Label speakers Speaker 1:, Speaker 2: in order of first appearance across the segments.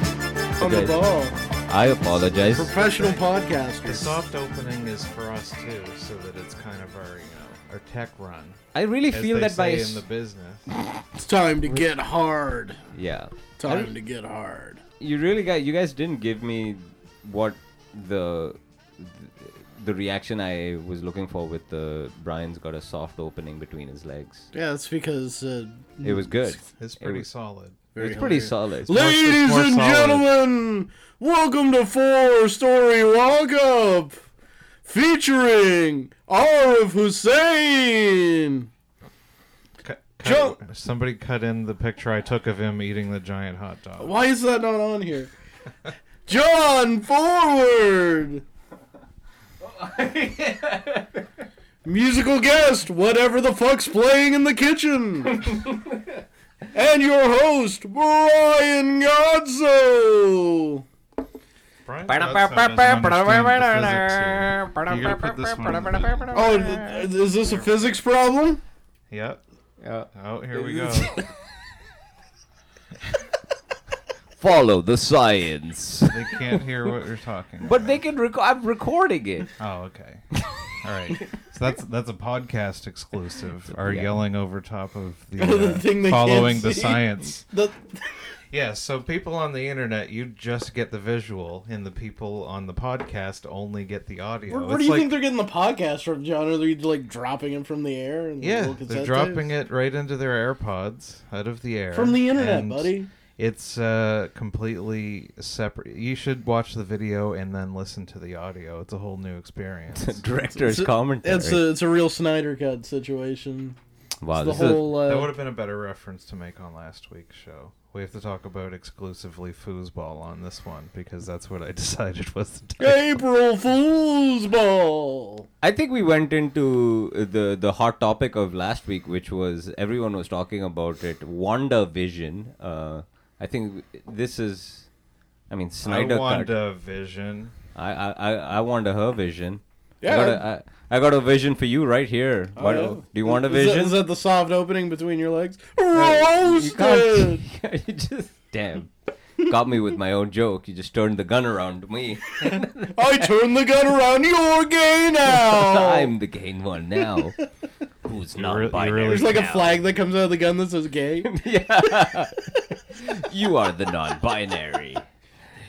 Speaker 1: on the
Speaker 2: apologize.
Speaker 1: ball.
Speaker 2: I apologize.
Speaker 1: Professional
Speaker 3: The
Speaker 1: podcasters.
Speaker 3: soft opening is for us too, so that it's kind of our, you know, our tech run.
Speaker 2: I really
Speaker 3: As
Speaker 2: feel
Speaker 3: they
Speaker 2: that by
Speaker 3: say
Speaker 2: s-
Speaker 3: in the business.
Speaker 1: It's time to get hard.
Speaker 2: yeah.
Speaker 1: Time to get hard.
Speaker 2: You really guys, you guys didn't give me what the the reaction I was looking for with the Brian's got a soft opening between his legs.
Speaker 1: Yeah, that's because uh,
Speaker 2: It was good.
Speaker 3: It's pretty
Speaker 2: was-
Speaker 3: solid.
Speaker 1: very
Speaker 2: it's pretty
Speaker 1: hilarious.
Speaker 2: solid.
Speaker 1: Ladies
Speaker 3: it's more
Speaker 1: and
Speaker 3: solid.
Speaker 1: gentlemen, welcome to Four Story Walk Up, featuring Arif Hussein.
Speaker 3: Cut,
Speaker 1: Joe-
Speaker 3: cut, somebody cut in the picture I took of him eating the giant hot dog.
Speaker 1: Why is that not on here? John Forward. Musical guest, whatever the fuck's playing in the kitchen. and your host, Brian Oh, Godzo.
Speaker 3: Brian Godson doesn't understand the physics here. You gotta put this one in the-
Speaker 1: Oh, th- is this a physics problem?
Speaker 3: Yep.
Speaker 2: Yeah.
Speaker 3: Oh, here we go.
Speaker 2: Follow the science.
Speaker 3: They can't hear what you're talking.
Speaker 2: But
Speaker 3: about.
Speaker 2: they can record. I'm recording it.
Speaker 3: Oh, okay. All right. So that's that's a podcast exclusive. Are yelling over top of
Speaker 1: The
Speaker 3: the, uh,
Speaker 1: thing they can't
Speaker 3: following the
Speaker 1: see.
Speaker 3: science.
Speaker 1: The-
Speaker 3: Yeah. So people on the internet, you just get the visual, and the people on the podcast only get the audio.
Speaker 1: where, where
Speaker 3: It's
Speaker 1: do you
Speaker 3: like-
Speaker 1: think they're getting the podcast from, John? Are they like dropping it from the air? And
Speaker 3: Yeah, they're dropping it right into their AirPods out of the air
Speaker 1: from the internet,
Speaker 3: and
Speaker 1: buddy.
Speaker 3: It's uh, completely separate. You should watch the video and then listen to the audio. It's a whole new experience.
Speaker 1: Uh,
Speaker 2: Director's
Speaker 1: It's a-
Speaker 2: commentary.
Speaker 1: It's a it's a real Snyder cut situation.
Speaker 2: wow,
Speaker 1: the
Speaker 2: this is a-
Speaker 1: whole
Speaker 3: That would
Speaker 1: uh,
Speaker 3: have been a better reference to make on last week's show. We have to talk about exclusively foosball on this one because that's what I decided was the title.
Speaker 1: April Fool's Ball.
Speaker 2: I think we went into uh, the the hot topic of last week, which was everyone was talking about it. Wanda Vision. Uh, I think this is, I mean, Snyder
Speaker 3: I
Speaker 2: cut.
Speaker 3: Wanda Vision.
Speaker 2: I I I, I Wanda her vision. I
Speaker 1: Yeah. Oh,
Speaker 2: got a, I, I got a vision for you right here. What-
Speaker 1: yeah.
Speaker 2: Do you want a
Speaker 1: Is that-
Speaker 2: vision?
Speaker 1: Is that the soft opening between your legs?
Speaker 2: You can't-
Speaker 1: Roasted.
Speaker 2: you just damn. Got me with my own joke. You just turned the gun around me.
Speaker 1: I turn the gun around. You're gay now.
Speaker 2: I'm the gain one now. Who's
Speaker 3: You re- you
Speaker 2: not binary?
Speaker 3: really-
Speaker 1: There's like a
Speaker 2: now?
Speaker 1: flag that comes out of the gun that says gay.
Speaker 2: Yeah. you are the non binary.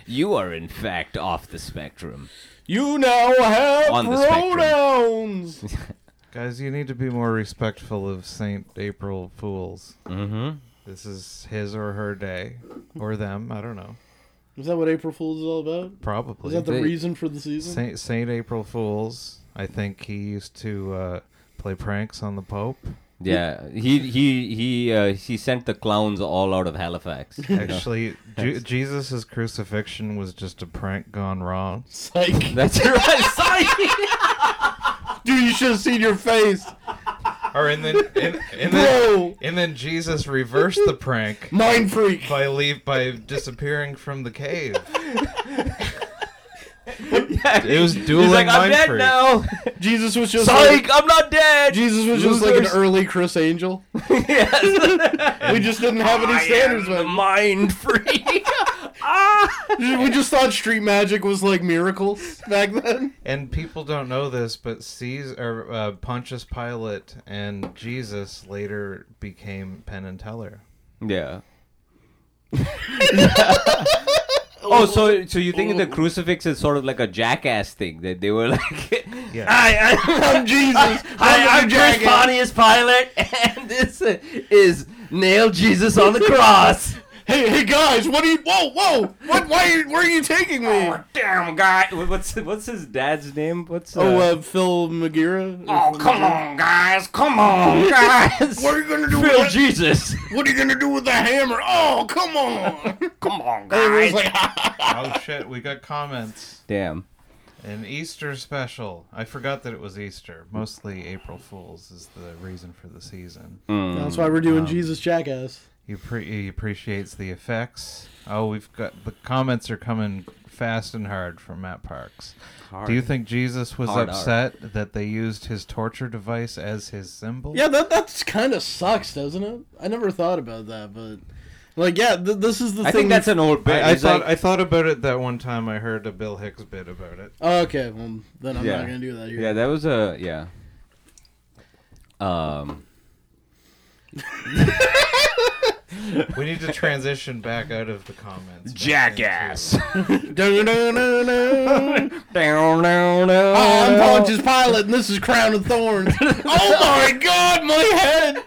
Speaker 2: You are, in fact, off the spectrum.
Speaker 1: You now have
Speaker 2: On the spectrum.
Speaker 1: pronouns.
Speaker 3: Guys, you need to be more respectful of St. April Fools.
Speaker 2: Mm-hmm.
Speaker 3: This is his or her day. Or them. I don't know.
Speaker 1: Is that what April Fool's is all about? Is
Speaker 3: Probably.
Speaker 1: that the
Speaker 2: They-
Speaker 1: reason for the season?
Speaker 3: Saint, Saint April Fools. I think he used to uh, play pranks on the Pope.
Speaker 2: Yeah, he he he uh, he sent the clowns all out of Halifax. you know?
Speaker 3: Actually, Ju- Jesus' crucifixion was just a prank gone wrong.
Speaker 1: Psych.
Speaker 2: That's right. Sorry.
Speaker 1: Dude, you should have seen your face.
Speaker 3: Or and then and,
Speaker 1: Bro.
Speaker 3: and then and then Jesus reversed the prank
Speaker 1: Mind freak.
Speaker 3: by leave by disappearing from the cave. It was dueling
Speaker 2: He's like, I'm
Speaker 3: mind
Speaker 2: dead
Speaker 3: freak.
Speaker 2: now.
Speaker 1: Jesus was just
Speaker 2: Psych,
Speaker 1: like,
Speaker 2: I'm not dead.
Speaker 1: Jesus was just like an
Speaker 2: Losers.
Speaker 1: early Chris Angel. we just didn't have any standards.
Speaker 2: I am the
Speaker 1: Man.
Speaker 2: mind free.
Speaker 1: We just thought street magic was like miracles back then.
Speaker 3: And people don't know this, but Caesar, or, uh, Pontius Pilate, and Jesus later became Penn and Teller.
Speaker 2: yeah. oh, so so you think the crucifix is sort of like a jackass thing that they were like,
Speaker 3: Yeah.
Speaker 2: I, I,
Speaker 1: I'm Jesus.
Speaker 2: I, I'm Chris
Speaker 1: Jagged.
Speaker 2: Pontius Pilate, and this is nail Jesus on the cross.
Speaker 1: Hey, hey guys, what are you? Whoa, whoa! What? Why? Are you, where are you taking me?
Speaker 2: oh, damn guy! What's what's his dad's name? What's
Speaker 1: Oh, uh, Phil Magira.
Speaker 2: oh, come on, guys! Come on, guys!
Speaker 1: uh, What are you gonna do?
Speaker 2: Phil
Speaker 1: With that?
Speaker 2: Jesus!
Speaker 1: What are you gonna do with the hammer? Oh, come on!
Speaker 2: Come on,
Speaker 1: Everyone's
Speaker 2: guys!
Speaker 1: like,
Speaker 3: oh shit, we got comments.
Speaker 2: Damn.
Speaker 3: An Easter special. I forgot that it was Easter. Mostly April Fools is the reason for the season.
Speaker 2: Mm. Um,
Speaker 1: That's why we're doing Jesus Jackass.
Speaker 3: He, pre- he appreciates the effects. Oh, we've got the comments are coming fast and hard from Matt Parks. Do you think Jesus was
Speaker 2: Hard R.
Speaker 3: upset that they used his torture device as his symbol?
Speaker 1: Yeah, that that's kind of sucks, doesn't it? I never thought about that, but Like, yeah, th- this is the
Speaker 2: I
Speaker 1: thing.
Speaker 2: think that's an old bit.
Speaker 3: I, I
Speaker 2: It's
Speaker 3: thought
Speaker 2: like-
Speaker 3: I thought about it that one time. I heard a Bill Hicks bit about it.
Speaker 1: oh, okay, well, then I'm
Speaker 2: Yeah.
Speaker 1: not gonna do that. Here.
Speaker 2: yeah, that was a yeah. Um,
Speaker 3: We need to transition back out of the comments. back
Speaker 2: jackass.
Speaker 1: Dun-dun-dun-dun-dun.
Speaker 2: down, down, down.
Speaker 1: Oh, I'm Pontius Pilate, and this is Crown of Thorns. oh my God, my head!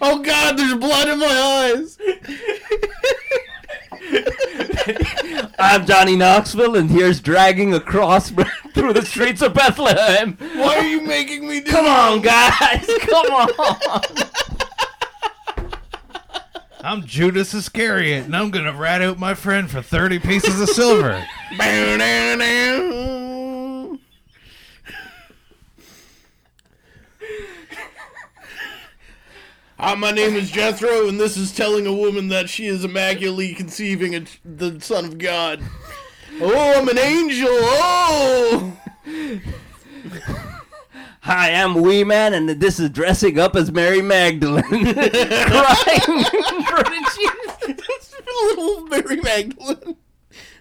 Speaker 1: Oh God, there's blood in my eyes.
Speaker 2: I'm Johnny Knoxville, and here's dragging a cross through the streets of Bethlehem.
Speaker 1: Why are you making me do?
Speaker 2: Come on, guys. Come on.
Speaker 3: into- I'm Judas Iscariot, and I'm gonna rat out my friend for thirty pieces of silver.
Speaker 1: Bow-dow-dow. Hi, my name is Jethro, and this is telling a woman that she is immaculately conceiving a, the Son of God. Oh, I'm an angel! Oh!
Speaker 2: Hi, I'm Wee Man, and this is dressing up as Mary Magdalene, crying for the Jesus.
Speaker 1: Little Mary Magdalene.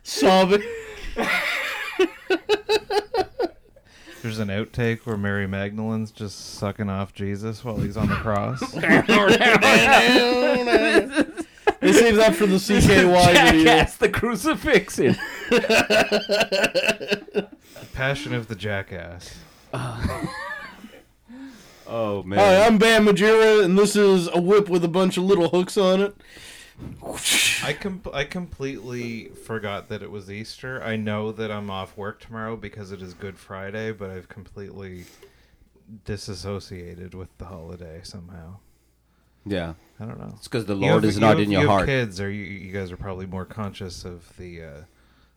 Speaker 1: Sobbing.
Speaker 3: There's an outtake where Mary Magdalene's just sucking off Jesus while he's on the cross.
Speaker 1: they save that for the CKY video.
Speaker 2: Jackass, the crucifix.
Speaker 3: Passion of the Jackass.
Speaker 2: Oh man.
Speaker 1: Hi, I'm Bam Majira, and this is a whip with a bunch of little hooks on it.
Speaker 3: I com- I completely forgot that it was Easter. I know that I'm off work tomorrow because it is Good Friday, but I've completely disassociated with the holiday somehow.
Speaker 2: yeah,
Speaker 3: I don't know.
Speaker 2: it's because the
Speaker 3: You
Speaker 2: Lord
Speaker 3: have-
Speaker 2: is
Speaker 3: you
Speaker 2: not
Speaker 3: have-
Speaker 2: in
Speaker 3: you
Speaker 2: your
Speaker 3: have
Speaker 2: heart.
Speaker 3: Kids, are you? You guys are probably more conscious of the uh,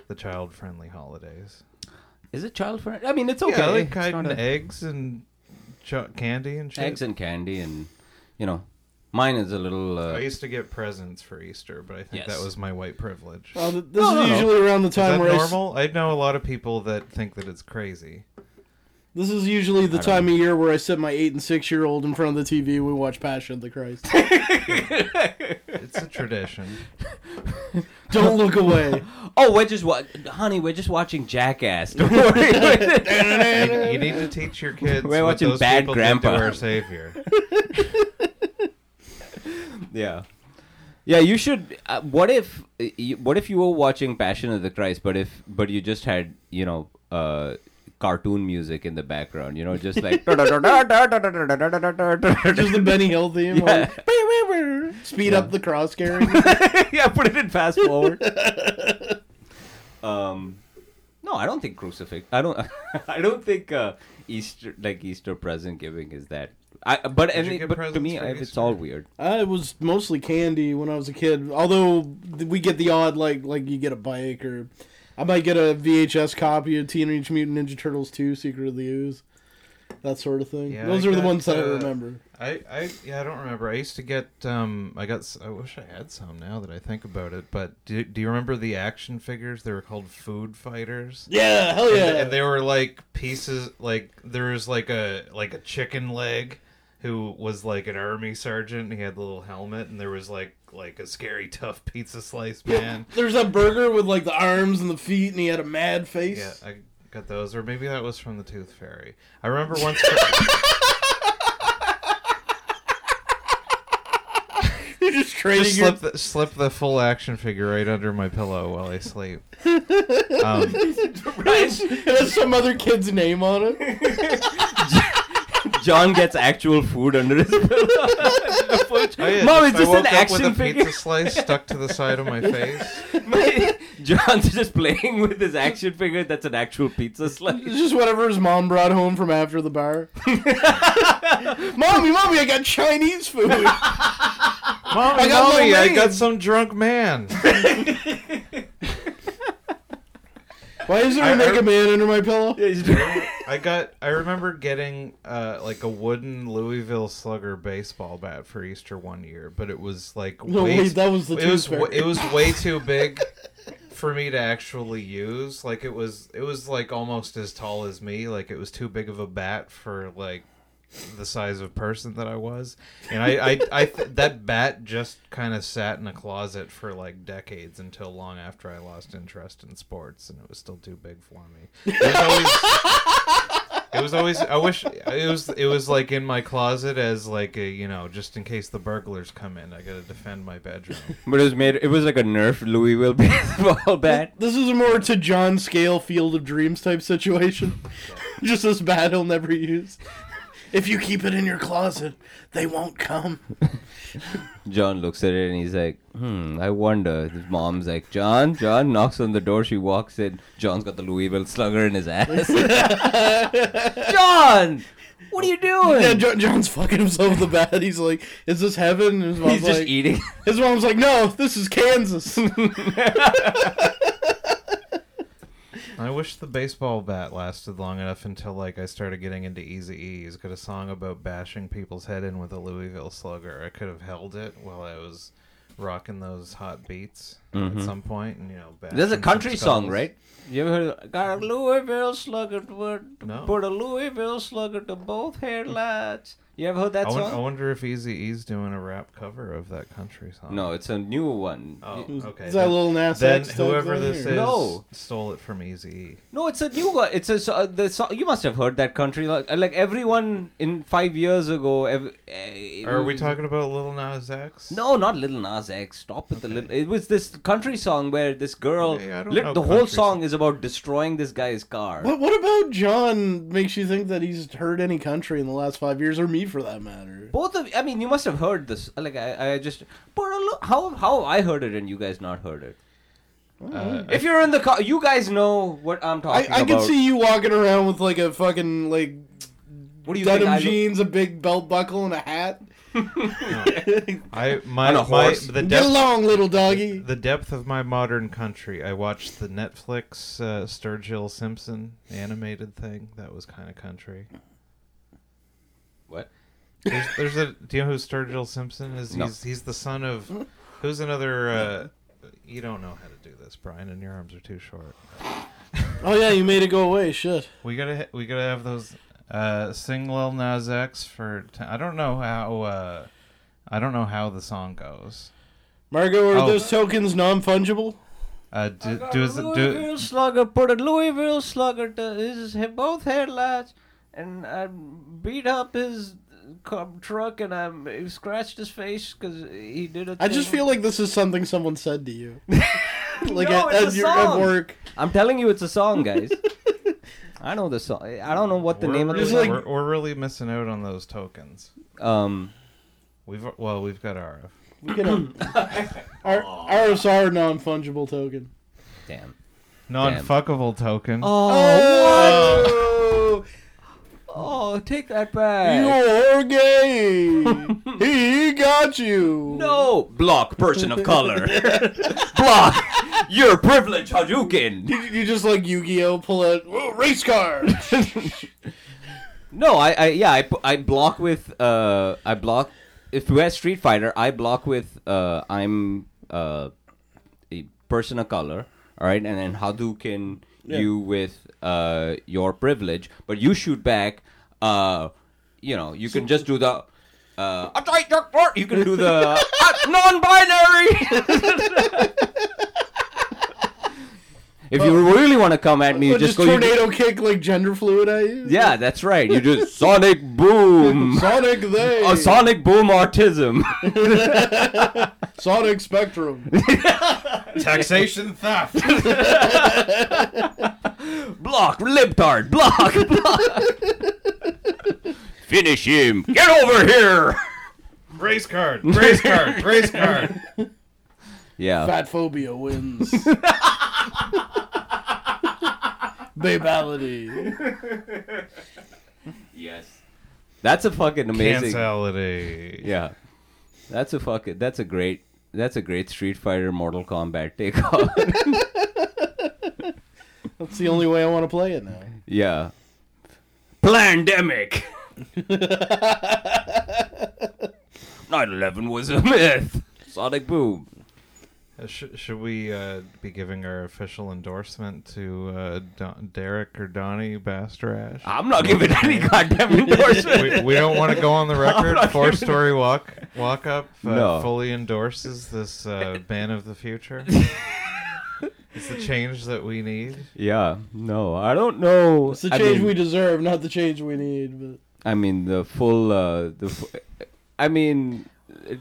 Speaker 3: the child friendly holidays.
Speaker 2: Is it child friendly? I mean, it's okay.
Speaker 3: Yeah, like
Speaker 2: It's
Speaker 3: hiding
Speaker 2: not a-
Speaker 3: eggs and cho- candy and shit.
Speaker 2: eggs and candy, and you know, mine is a little.
Speaker 3: I
Speaker 2: Uh,
Speaker 3: used to get presents for Easter, but I think
Speaker 2: Yes.
Speaker 3: that was my white privilege.
Speaker 1: Well, th- this
Speaker 2: No,
Speaker 1: is
Speaker 2: no, no.
Speaker 1: usually around the
Speaker 3: Is that
Speaker 1: time where I s-
Speaker 3: normal? I know a lot of people that think that it's crazy.
Speaker 1: this is usually the
Speaker 2: don't
Speaker 1: time of year where I sit my eight and six year old in front of the TV. We watch Passion of the Christ.
Speaker 3: It's a tradition.
Speaker 1: Don't look away.
Speaker 2: oh, we're just wa- honey. We're just watching Jackass. Don't worry.
Speaker 3: you, you need to teach your kids.
Speaker 2: We're
Speaker 3: what
Speaker 2: watching
Speaker 3: those
Speaker 2: Bad
Speaker 3: people did to
Speaker 2: Grandpa.
Speaker 3: our savior.
Speaker 2: Yeah. Yeah, you should. Uh, what if? uh, You, what if you were watching Passion of the Christ, but if but you just had you know uh, cartoon music in the background, you know, just like
Speaker 1: Just the Benny Hill theme.
Speaker 2: yeah,
Speaker 1: like, speed
Speaker 2: Yeah.
Speaker 1: up the cross carrying.
Speaker 2: yeah, put it in fast forward. um, no, I don't think crucifix. I don't. I don't think uh, Easter like Easter present giving is that. I but
Speaker 3: Did you
Speaker 2: any,
Speaker 3: get
Speaker 2: but to
Speaker 3: presents
Speaker 2: me,
Speaker 3: for
Speaker 2: I, it's
Speaker 3: Easter?
Speaker 2: all weird.
Speaker 1: I was mostly candy when I was a kid. Although th- we get the odd like like you get a bike or I might get a VHS copy of Teenage Mutant Ninja Turtles 2: Secret of the Ooze, that sort of thing.
Speaker 3: Yeah,
Speaker 1: Those
Speaker 3: I
Speaker 1: are the
Speaker 3: got,
Speaker 1: ones that I
Speaker 3: uh,
Speaker 1: remember.
Speaker 3: I, I yeah I don't remember. I used to get um I got s- I wish I had some now that I think about it. But do, do you remember the action figures? They were called food fighters.
Speaker 1: Yeah, hell
Speaker 3: And-
Speaker 1: yeah.
Speaker 3: And, they were like pieces like there was like a like a chicken leg who was like an army sergeant. He had a little helmet and there was like like a scary tough pizza slice man.
Speaker 1: There's that burger with like the arms and the feet, and he had a mad face.
Speaker 3: Yeah, I got those, or maybe that was from the Tooth Fairy. I remember once. For,
Speaker 1: You're just trading
Speaker 3: just
Speaker 1: your-
Speaker 3: slip the, slip the full action figure right under my pillow while I sleep. Um,
Speaker 1: it has some other kid's name on it.
Speaker 2: John gets actual food under his pillow.
Speaker 3: oh yeah,
Speaker 2: Mom,
Speaker 3: just-
Speaker 2: is this an
Speaker 3: I woke up with
Speaker 2: action
Speaker 3: a
Speaker 2: figure?
Speaker 3: pizza slice stuck to the side of my face.
Speaker 2: My- John's just playing with his action figure that's an actual pizza
Speaker 1: It's
Speaker 2: slice.
Speaker 1: just whatever his mom brought home from after the bar. mommy, mommy, I got Chinese food.
Speaker 3: Mommy, I
Speaker 1: got
Speaker 3: mommy, I
Speaker 1: Lorraine.
Speaker 3: got some drunk man.
Speaker 1: Why is there
Speaker 3: I-
Speaker 1: a
Speaker 3: I-
Speaker 1: Mega Man under my pillow?
Speaker 3: I got. I remember getting uh, like a wooden Louisville Slugger baseball bat for Easter one year, but it was like
Speaker 1: No,
Speaker 3: way
Speaker 1: wait, that was the
Speaker 3: it was
Speaker 1: Tooth
Speaker 3: wa-
Speaker 1: Fairy.
Speaker 3: it was way too big for me to actually use. Like it was it was like almost as tall as me. Like it was too big of a bat for like the size of person that I was, and I, I, I th- that bat just kind of sat in a closet for like decades until long after I lost interest in sports, and it was still too big for me. It was always, it was always I wish it was it was like in my closet as like a you know just in case the burglars come in, I gotta defend my bedroom.
Speaker 2: But it was made. It was like a Nerf Louisville baseball bat.
Speaker 1: This is a more to John Scale Field of Dreams type situation. Just this bat he'll never use. If you keep it in your closet, they won't come.
Speaker 2: John looks at it and he's like, "Hmm, I wonder." His mom's like, "John, John." Knocks on the door. She walks in. John's got the Louisville slugger in his ass. John, what are you doing?
Speaker 1: Yeah, John, John's fucking himself with the bat. He's like, "Is this heaven?" And his mom's
Speaker 2: he's
Speaker 1: like,
Speaker 2: just eating.
Speaker 1: "His mom's like, no, this is Kansas."
Speaker 3: I wish the baseball bat lasted long enough until like I started getting into Easy E. He's got a song about bashing people's head in with a Louisville Slugger. I could have held it while I was rocking those hot beats at some point, and you know, bashing
Speaker 2: There's Mm-hmm. a
Speaker 3: some
Speaker 2: country song,
Speaker 3: skulls.
Speaker 2: right? You ever heard of, Got a Louisville slugger to put,
Speaker 3: No.
Speaker 2: put a Louisville slugger to both headlights. You ever heard that
Speaker 3: I, won- I
Speaker 2: song?
Speaker 3: wonder if Easy E's doing a rap cover of that country song.
Speaker 2: No, it's a new one.
Speaker 3: Oh, okay.
Speaker 1: Is that little Nas
Speaker 3: then
Speaker 1: X type
Speaker 3: whoever
Speaker 1: thing,
Speaker 3: this
Speaker 1: or-
Speaker 3: is
Speaker 2: No.
Speaker 3: stole it from Easy E.
Speaker 2: No, it's a new one. It's a so- uh, the song. You must have heard that country like, uh, like everyone in five years ago. Ev- eh,
Speaker 3: Are we talking about Little Nas X?
Speaker 2: No, not Little Nas X. Stop with the little. It was this country song where this girl.
Speaker 3: Yeah, I don't
Speaker 2: lit-
Speaker 3: know
Speaker 2: the whole
Speaker 3: country
Speaker 2: song is about destroying this guy's car.
Speaker 1: What What about John? Makes you think that he's heard any country in the last five years, or me for that matter.
Speaker 2: Both of I mean, you must have heard this. Uh, Like I, I just, but a lo- how how I heard it and you guys not heard it.
Speaker 3: Uh,
Speaker 2: If you're in the car, you guys know what I'm
Speaker 1: I,
Speaker 2: talking
Speaker 1: I
Speaker 2: about.
Speaker 1: can see you walking around with like a fucking like
Speaker 2: What do you think?
Speaker 1: denim
Speaker 2: I look-
Speaker 1: jeans, a big belt buckle, and a hat.
Speaker 3: I my
Speaker 2: On a
Speaker 3: my
Speaker 2: horse.
Speaker 3: the
Speaker 1: Get
Speaker 3: depth,
Speaker 1: along, little doggy.
Speaker 3: The depth of my modern country. I watched the Netflix uh, Sturgill Simpson animated thing. That was kind of country.
Speaker 2: What?
Speaker 3: There's, there's a. Do you know who Sturgill Simpson is?
Speaker 2: No.
Speaker 3: He's he's the son of. Who's another? Uh, you don't know how to do this, Brian, and your arms are too short.
Speaker 1: Oh yeah, you made it go away. Shit.
Speaker 3: We gotta ha- we gotta have those. Uh, sing Lil Nas X for. T- I don't know how. Uh, I don't know how the song goes.
Speaker 1: Margo, are
Speaker 3: Oh.
Speaker 1: those tokens non fungible?
Speaker 3: Uh, do,
Speaker 2: Got a
Speaker 3: do, is it, do,
Speaker 2: Louisville slugger put a Louisville slugger to his he- both headlights, and I beat up his car, truck and I m- scratched his face because he did a
Speaker 1: I just
Speaker 2: thing.
Speaker 1: feel like this is something someone said to you. like
Speaker 2: No,
Speaker 1: at, at,
Speaker 2: it's a
Speaker 1: your, at
Speaker 2: song.
Speaker 1: work.
Speaker 2: I'm telling you, it's a song, guys. I know the song. I don't know what the
Speaker 3: we're
Speaker 2: name of
Speaker 3: really,
Speaker 1: It's
Speaker 2: the song.
Speaker 1: like-
Speaker 3: we're, we're really missing out on those tokens.
Speaker 2: um.
Speaker 3: We've well, we've got RF.
Speaker 1: You know, our RSR non fungible token.
Speaker 2: Damn.
Speaker 3: Non-fuckable token.
Speaker 2: Oh, what?
Speaker 1: Oh,
Speaker 2: Oh, take that
Speaker 1: you
Speaker 2: back.
Speaker 1: are gay. he got you.
Speaker 2: No. Block, person of color. Block. Your privilege, Hadouken.
Speaker 1: You, you just like Yu Gi Oh! pull out "Whoa, race car.
Speaker 2: No, I, I yeah, I, pu- I block with, uh, I block, if we're Street Fighter, I block with, uh, I'm, uh, a person of color, alright, and then Hadouken
Speaker 1: Yeah.
Speaker 2: you with, uh, your privilege, but you shoot back, uh, you know, you can just do the, uh, "I tried to work," you can do the uh, non-binary. if you really want to come at me, you
Speaker 1: Or
Speaker 2: just
Speaker 1: just
Speaker 2: go. you do-
Speaker 1: tornado kick like gender fluid at you.
Speaker 2: yeah, that's right. You just sonic boom.
Speaker 1: Sonic they.
Speaker 2: A sonic boom autism.
Speaker 1: Sonic Spectrum.
Speaker 3: Taxation theft.
Speaker 2: block, libtard, block, block. Finish him. Get over here.
Speaker 3: race card. Race card. Race card.
Speaker 2: Yeah.
Speaker 1: Fat phobia wins. Babality.
Speaker 2: Yes. That's a fucking amazing.
Speaker 3: Cancelity.
Speaker 2: Yeah. That's a fucking. That's a great. That's a great Street Fighter Mortal Kombat takeoff.
Speaker 1: That's the only way I want to play it now.
Speaker 2: yeah. Plandemic. 9/11 was a myth. Sonic Boom.
Speaker 3: Uh, sh- should we uh, be giving our official endorsement to uh, Don- Derek or Donnie Bastarash?
Speaker 2: I'm not giving any goddamn endorsement.
Speaker 3: we, we don't want to go on the record.
Speaker 2: not
Speaker 3: Four
Speaker 2: giving-
Speaker 3: story walk walk up uh,
Speaker 2: No.
Speaker 3: fully endorses this uh, man of the future. it's the change that we need.
Speaker 2: yeah, no, I don't know.
Speaker 1: It's the
Speaker 2: I
Speaker 1: change
Speaker 2: mean-
Speaker 1: we deserve, not the change we need. But
Speaker 2: I mean the full. Uh, the. Fu- I mean. uh,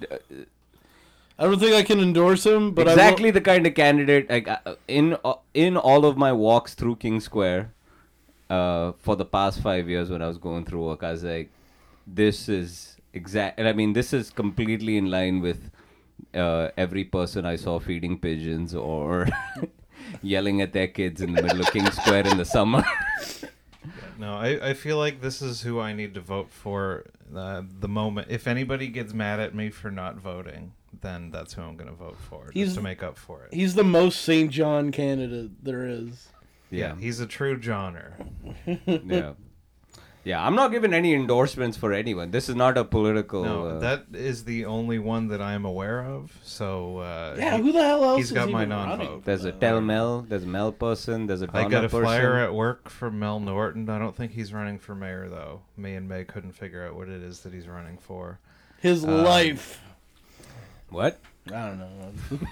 Speaker 1: I don't think I can endorse him. But
Speaker 2: exactly the kind of candidate like uh, in uh, in all of my walks through King Square uh, for the past five years when I was going through work, I was like, this is exact. And I mean, this is completely in line with uh, every person I saw feeding pigeons or yelling at their kids in the middle of King Square in the summer.
Speaker 3: No, I, I feel like this is who I need to vote for uh, the moment. If anybody gets mad at me for not voting, then that's who I'm going to vote for
Speaker 1: He's-
Speaker 3: just to make up for it.
Speaker 1: I, he's the most St. John candidate there is.
Speaker 3: Yeah, he's a true genre.
Speaker 2: yeah. Yeah, I'm not giving any endorsements for anyone. This is not a political.
Speaker 3: no,
Speaker 2: uh,
Speaker 3: that is the only one that I'm aware of. So uh,
Speaker 1: Yeah,
Speaker 3: he-
Speaker 1: who the hell else?
Speaker 3: he's
Speaker 1: is
Speaker 3: got my
Speaker 1: even
Speaker 3: non-vote.
Speaker 1: running?
Speaker 2: There's a
Speaker 1: Uh,
Speaker 2: Tel Mel, there's a Mel person, there's a Donna
Speaker 3: I got a
Speaker 2: person.
Speaker 3: flyer at work from Mel Norton. I don't think he's running for mayor though. Me and May couldn't figure out what it is that he's running for.
Speaker 1: His
Speaker 2: um,
Speaker 1: life.
Speaker 2: What?
Speaker 1: I don't know.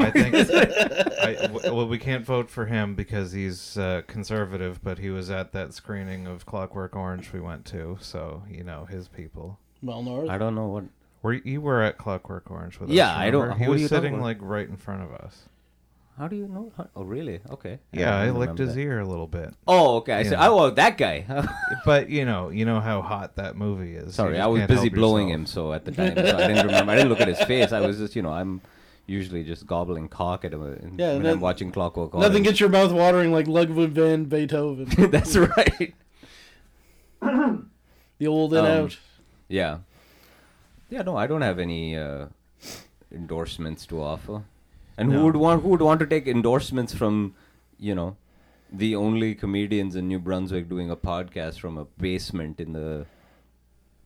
Speaker 3: I think I, w- well, we can't vote for him because he's uh, conservative, but he was at that screening of Clockwork Orange we went to, so you know his people.
Speaker 1: Well, North.
Speaker 2: I don't know what.
Speaker 3: Were you were at Clockwork Orange with us?
Speaker 2: Yeah, I don't-
Speaker 3: remember?
Speaker 2: who
Speaker 3: He
Speaker 2: are
Speaker 3: was
Speaker 2: you talking
Speaker 3: sitting
Speaker 2: about?
Speaker 3: like right in front of us.
Speaker 2: How do you know? How- Oh, really? Okay.
Speaker 3: Yeah, I
Speaker 2: didn't
Speaker 3: licked
Speaker 2: remember
Speaker 3: his
Speaker 2: that.
Speaker 3: ear a little bit,
Speaker 2: Oh, okay. I see.
Speaker 3: Yeah.
Speaker 2: Oh, well, that guy.
Speaker 3: but you know, you know how hot that movie is. You
Speaker 2: Sorry,
Speaker 3: just
Speaker 2: I was
Speaker 3: can't
Speaker 2: busy
Speaker 3: help
Speaker 2: blowing
Speaker 3: yourself.
Speaker 2: him, so at the time, so I didn't remember. I didn't look at his face. I was just, you know, I'm usually just gobbling cock at him uh, when
Speaker 1: Yeah,
Speaker 2: I'm
Speaker 1: then-
Speaker 2: watching Clockwork Orange.
Speaker 1: Nothing gets your mouth watering like Ludwig van Beethoven.
Speaker 2: That's right.
Speaker 1: The old and
Speaker 2: Um,
Speaker 1: out.
Speaker 2: Yeah. Yeah, no, I don't have any uh, endorsements to offer. And who
Speaker 3: No.
Speaker 2: would want who would want to take endorsements from, you know, the only comedians in New Brunswick doing a podcast from a basement in the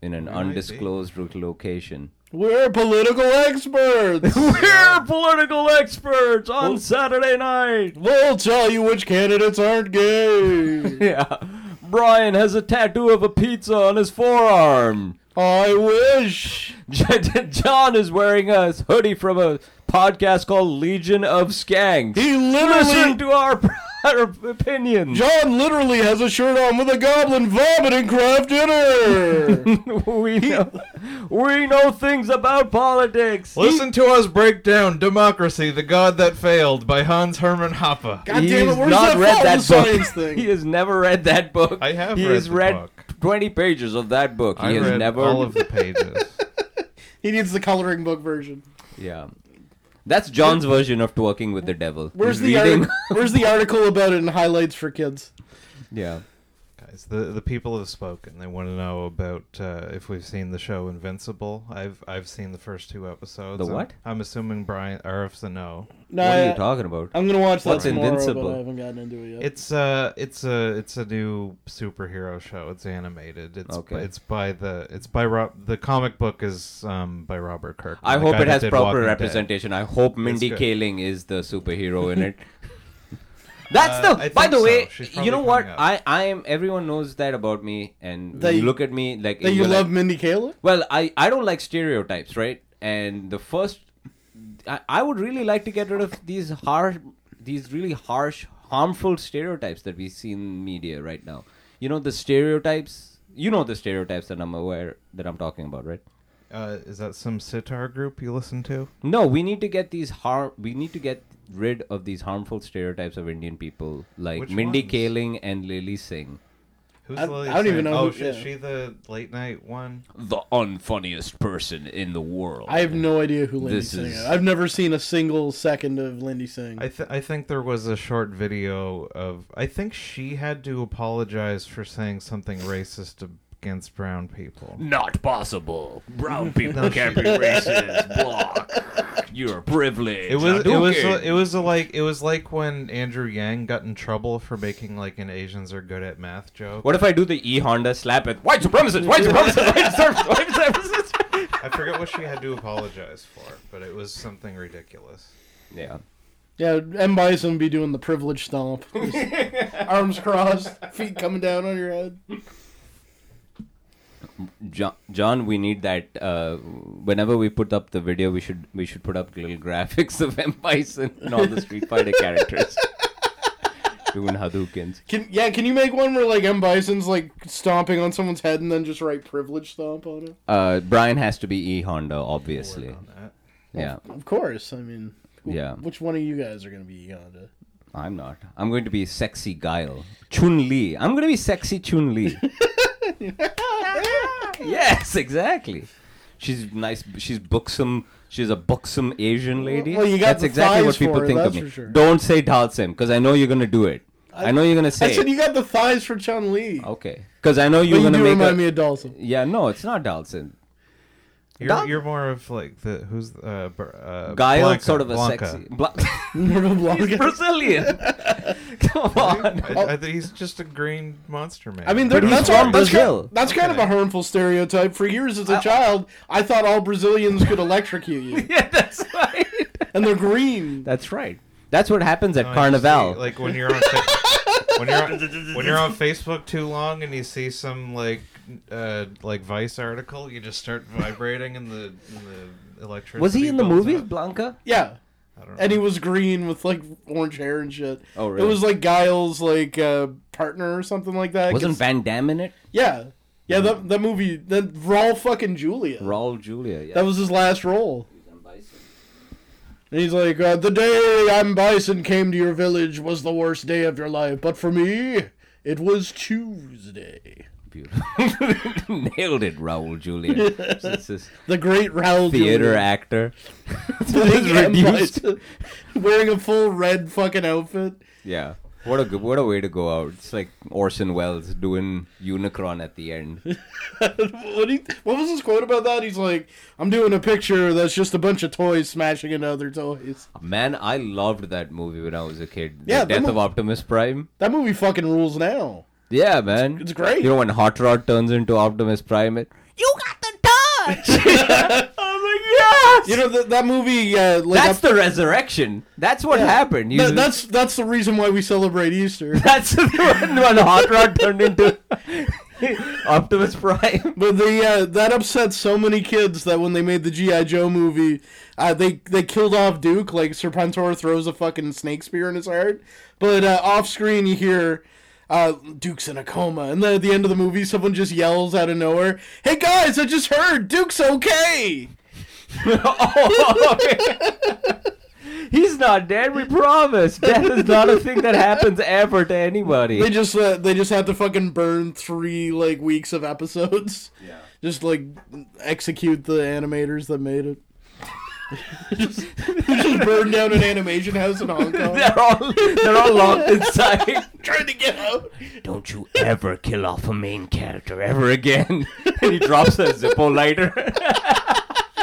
Speaker 2: in an
Speaker 3: We might be.
Speaker 2: undisclosed ro- location.
Speaker 1: We're political experts.
Speaker 2: We're political experts on Saturday night.
Speaker 1: we'll tell you which candidates aren't gay.
Speaker 2: Yeah. Brian has a tattoo of a pizza on his forearm.
Speaker 1: I wish.
Speaker 2: John is wearing a hoodie from a podcast called Legion of Skanks.
Speaker 1: He literally.
Speaker 2: Listen to our, our opinions.
Speaker 1: John literally has a shirt on with a goblin vomiting craft dinner.
Speaker 2: we know we know things about politics.
Speaker 3: Listen to us break down Democracy, the God That Failed by Hans Herman Hoppe.
Speaker 1: God
Speaker 2: He
Speaker 1: damn it,
Speaker 2: has
Speaker 1: where's that
Speaker 2: not read
Speaker 1: fault
Speaker 2: that
Speaker 1: in science
Speaker 2: book.
Speaker 1: thing?
Speaker 2: He has never read that book.
Speaker 3: I have
Speaker 2: He
Speaker 3: read
Speaker 2: has
Speaker 3: the
Speaker 2: read
Speaker 3: book.
Speaker 2: twenty pages of that book. He
Speaker 3: I
Speaker 2: has
Speaker 3: read
Speaker 2: never
Speaker 3: all of the pages.
Speaker 1: He needs the coloring book version.
Speaker 2: Yeah. That's John's version of twerking with the devil.
Speaker 1: Where's
Speaker 2: He's
Speaker 1: the
Speaker 2: reading-
Speaker 1: artic- Where's the article about it in highlights for kids?
Speaker 2: Yeah.
Speaker 3: Guys, the the people have spoken. They want to know about uh, if we've seen the show Invincible. I've I've seen the first two episodes.
Speaker 2: The
Speaker 3: I'm-
Speaker 2: what? Uh,
Speaker 3: I'm, assuming Brian Arif's a no.
Speaker 1: No,
Speaker 2: what are
Speaker 1: I-
Speaker 2: you talking about?
Speaker 1: I'm gonna watch that
Speaker 2: What's
Speaker 1: tomorrow,
Speaker 2: Invincible?
Speaker 1: but I haven't gotten into it yet.
Speaker 3: It's uh it's a it's a new superhero show. It's animated. It's
Speaker 2: Okay.
Speaker 3: it's by the it's by Rob the comic book is um by Robert Kirk.
Speaker 2: I hope it has proper representation. I hope Mindy
Speaker 3: good.
Speaker 2: Kaling is the superhero in it. That's
Speaker 3: Uh,
Speaker 2: the.
Speaker 3: I
Speaker 2: by
Speaker 3: think
Speaker 2: the
Speaker 3: so.
Speaker 2: way,
Speaker 3: She's
Speaker 2: you
Speaker 3: probably
Speaker 2: know what?
Speaker 3: coming up.
Speaker 2: I I am. Everyone knows that about me, and
Speaker 1: That
Speaker 2: you
Speaker 1: you-
Speaker 2: look at me like
Speaker 1: that you
Speaker 2: you're
Speaker 1: love
Speaker 2: like-
Speaker 1: Mindy Kaling?
Speaker 2: well, I I don't like stereotypes, right? And the first, I, I would really like to get rid of these harsh, these really harsh, harmful stereotypes that we see in media right now. You know the stereotypes. You know the stereotypes that I'm aware that I'm talking about, right?
Speaker 3: Uh, is that some sitar group you listen to?
Speaker 2: No, we need to get these harm. We need to get rid of these harmful stereotypes of Indian people, like
Speaker 3: Which
Speaker 2: Mindy
Speaker 3: ones?
Speaker 2: Kaling and Lily Singh.
Speaker 3: Who's
Speaker 1: I-
Speaker 3: Lily
Speaker 1: I don't even
Speaker 3: Singh?
Speaker 1: know
Speaker 3: Oh,
Speaker 1: who-
Speaker 3: she-
Speaker 1: yeah.
Speaker 3: is she the late night one?
Speaker 2: The unfunniest person in the world.
Speaker 1: I have no idea who Lindy
Speaker 2: This
Speaker 1: Singh is.
Speaker 2: is-
Speaker 1: I've never seen a single second of Lindy Singh.
Speaker 3: I, th- I think there was a short video of. I think she had to apologize for saying something racist against brown people.
Speaker 2: Not possible. Brown people can't be racist. Block. You're privileged.
Speaker 3: It was it was it was a, like it was like when Andrew Yang got in trouble for making like an Asians are good at math joke.
Speaker 2: What if I do the E Honda slap it? White supremacist. White supremacist. White supremacist. White supremacist.
Speaker 3: I forget what she had to apologize for, but it was something ridiculous.
Speaker 2: yeah.
Speaker 1: Yeah, M Bison would be doing the privilege stomp. Just arms crossed, feet coming down on your head.
Speaker 2: John, John, we need that. Uh, whenever we put up the video, we should we should put up little graphics of M Bison and all the Street Fighter characters doing Hadoukens.
Speaker 1: Can yeah? Can you make one where like M Bison's like stomping on someone's head and then just write privilege stomp on it?
Speaker 2: Uh, Brian has to be E Honda, obviously.
Speaker 3: Work on that.
Speaker 2: Yeah,
Speaker 1: Of course. I mean, who-
Speaker 2: Yeah.
Speaker 1: Which one of you guys are gonna be Yonda?
Speaker 2: I'm not. I'm going to be sexy Guile, Chun Li. I'm going to be sexy Chun Li. yes, exactly. She's nice. She's buxom. She's a buxom Asian lady.
Speaker 1: Well, you got
Speaker 2: that's
Speaker 1: the
Speaker 2: exactly
Speaker 1: thighs
Speaker 2: what people
Speaker 1: for her,
Speaker 2: think of
Speaker 1: that's
Speaker 2: me.
Speaker 1: for sure.
Speaker 2: Don't say Dalsim, because I know you're going to do it. I, know you're going to say.
Speaker 1: I said
Speaker 2: it.
Speaker 1: you got the thighs for Chun Li.
Speaker 2: Okay, because I know
Speaker 1: but
Speaker 2: you're
Speaker 1: you
Speaker 2: going to
Speaker 1: do
Speaker 2: Oh, make.
Speaker 1: remind
Speaker 2: A...
Speaker 1: me of Dawson.
Speaker 2: Yeah, no, it's not Dalsim.
Speaker 3: You're,
Speaker 2: Dom-
Speaker 3: you're more of like the who's uh, Br- uh
Speaker 2: Guile,
Speaker 3: Blanca,
Speaker 2: sort of a
Speaker 3: Blanca.
Speaker 2: sexy. Bla-
Speaker 1: Mortal
Speaker 2: He's
Speaker 1: Blanca.
Speaker 2: Brazilian. Come on.
Speaker 3: I, I think he's just a green monster man.
Speaker 1: Oh. I mean,
Speaker 2: But
Speaker 1: they're-
Speaker 2: he's
Speaker 1: that's,
Speaker 2: from
Speaker 1: all, that's,
Speaker 2: Brazil.
Speaker 1: kind, that's kind of a harmful stereotype. For years as a child, I thought all Brazilians could electrocute you,
Speaker 2: yeah, that's right.
Speaker 1: and they're green.
Speaker 2: That's right. That's what happens at
Speaker 3: No, I just
Speaker 2: Carnival.
Speaker 3: see, like when you're on fa- when you're on, when you're on Facebook too long and you see some like uh like Vice article, you just start vibrating and the in the electricity.
Speaker 2: was he in the
Speaker 3: builds
Speaker 2: movies,
Speaker 3: up.
Speaker 2: Blanca?
Speaker 1: Yeah,
Speaker 3: I don't know.
Speaker 1: and he was green with like orange hair and shit.
Speaker 2: Oh, really?
Speaker 1: It was like Guile's like uh, partner or something like that.
Speaker 2: Wasn't Mm.
Speaker 1: Gets-
Speaker 2: Van Damme in it?
Speaker 1: yeah, yeah. That that movie, that Raw fucking Julia.
Speaker 2: Raul Julia. Yeah.
Speaker 1: That was his last role. And he's like, uh, the day I'm Bison came to your village was the worst day of your life, but for me, it was Tuesday.
Speaker 2: Beautiful. Nailed it, Raul Julia. this is
Speaker 1: The great Raoul
Speaker 2: theater
Speaker 1: Julia.
Speaker 2: actor.
Speaker 1: Big
Speaker 2: This
Speaker 1: M.
Speaker 2: reduced.
Speaker 1: Bison, wearing a full red fucking outfit.
Speaker 2: Yeah. What a good, what a way to go out. It's like Orson Welles doing Unicron at the end.
Speaker 1: what, he, what was his quote about that? He's like, I'm doing a picture that's just a bunch of toys smashing into other toys.
Speaker 2: Man, I loved that movie when I was a kid. The
Speaker 1: Yeah, the
Speaker 2: Death of
Speaker 1: mo-
Speaker 2: Optimus Prime.
Speaker 1: That movie fucking rules now.
Speaker 2: Yeah, man.
Speaker 1: it's great.
Speaker 2: You know when Hot Rod turns into Optimus Prime, it, you got the touch. I was like, yes.
Speaker 1: You know, that, that movie, uh, like,
Speaker 2: that's the resurrection. That's what happened. You,
Speaker 1: Th- that's that's the reason why we celebrate Easter.
Speaker 2: that's the one when Hot Rod turned into Optimus Prime.
Speaker 1: But the uh, that upset so many kids that when they made the GI Joe movie, uh, they they killed off Duke. Like Serpentor throws a fucking snake spear in his heart, but uh, off screen you hear. Uh, Duke's in a coma, and then at the end of the movie, someone just yells out of nowhere, "Hey guys, I just heard Duke's okay."
Speaker 2: oh, okay. He's not dead. We promise. Death is not a thing that happens ever to
Speaker 1: They
Speaker 2: anybody.
Speaker 1: just uh, they just had to fucking burn three like weeks of episodes. Yeah, just like execute the animators that made it. just, just burn down an animation house in Hong Kong.
Speaker 2: They're all they're all locked inside.
Speaker 1: trying to get out.
Speaker 2: Don't you ever kill off a main character ever again. and he drops a Zippo lighter.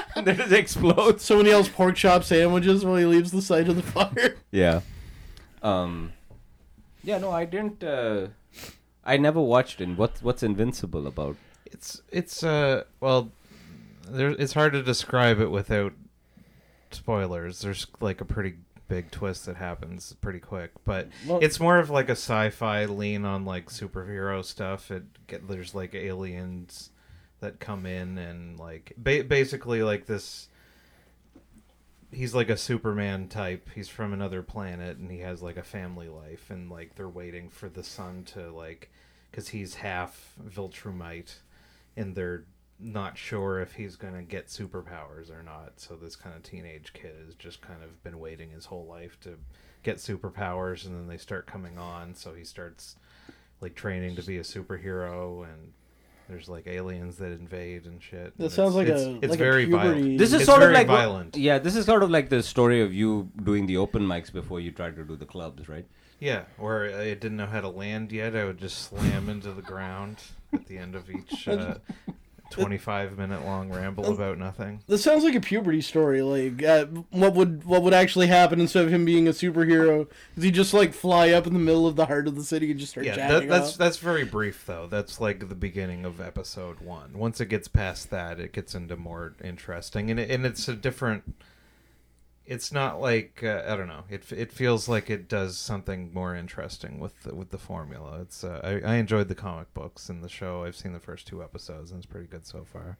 Speaker 2: and then it explodes.
Speaker 1: Someone else pork chop sandwiches while he leaves the site of the fire.
Speaker 2: Yeah. Um Yeah, no, I didn't uh I never watched in what's what's Invincible about.
Speaker 3: it's it's uh well, there it's hard to describe it without spoilers. There's like a pretty big twist that happens pretty quick, but
Speaker 1: Well-
Speaker 3: it's more of like a sci-fi lean on like superhero stuff. It get, there's like aliens that come in and like ba- basically like this he's like a Superman type. He's from another planet and he has like a family life and like they're waiting for the sun to like cuz he's half Viltrumite and they're not sure if he's going to get superpowers or not. So this kind of teenage kid has just kind of been waiting his whole life to get superpowers and then they start coming on, so he starts like training to be a superhero and there's like aliens that invade and shit.
Speaker 1: That
Speaker 3: and
Speaker 1: sounds like
Speaker 3: it's- it's,
Speaker 1: a-
Speaker 3: it's
Speaker 1: like a
Speaker 3: very
Speaker 1: puberty-
Speaker 3: violent.
Speaker 2: This is
Speaker 3: It's
Speaker 2: sort
Speaker 3: very
Speaker 2: of like what-
Speaker 3: violent.
Speaker 2: yeah, this is sort of like the story of you doing the open mics before you tried to do the clubs, right?
Speaker 3: Yeah, or I didn't know how to land yet. I would just slam into the ground at the end of each uh, 25 minute long ramble about nothing.
Speaker 1: This sounds like a puberty story. Like, uh, what would what would actually happen instead of him being a superhero? Does he just like fly up in the middle of the heart of the city and just start
Speaker 3: Yeah, that,
Speaker 1: jacking
Speaker 3: that's
Speaker 1: off?
Speaker 3: that's very brief though. That's like the beginning of episode one. Once it gets past that, it gets into more interesting, and it, and it's a different it's not like uh, I don't know. It it feels like it does something more interesting with the, with the formula. It's uh, I, I enjoyed the comic books and the show. I've seen the first two episodes and it's pretty good so far.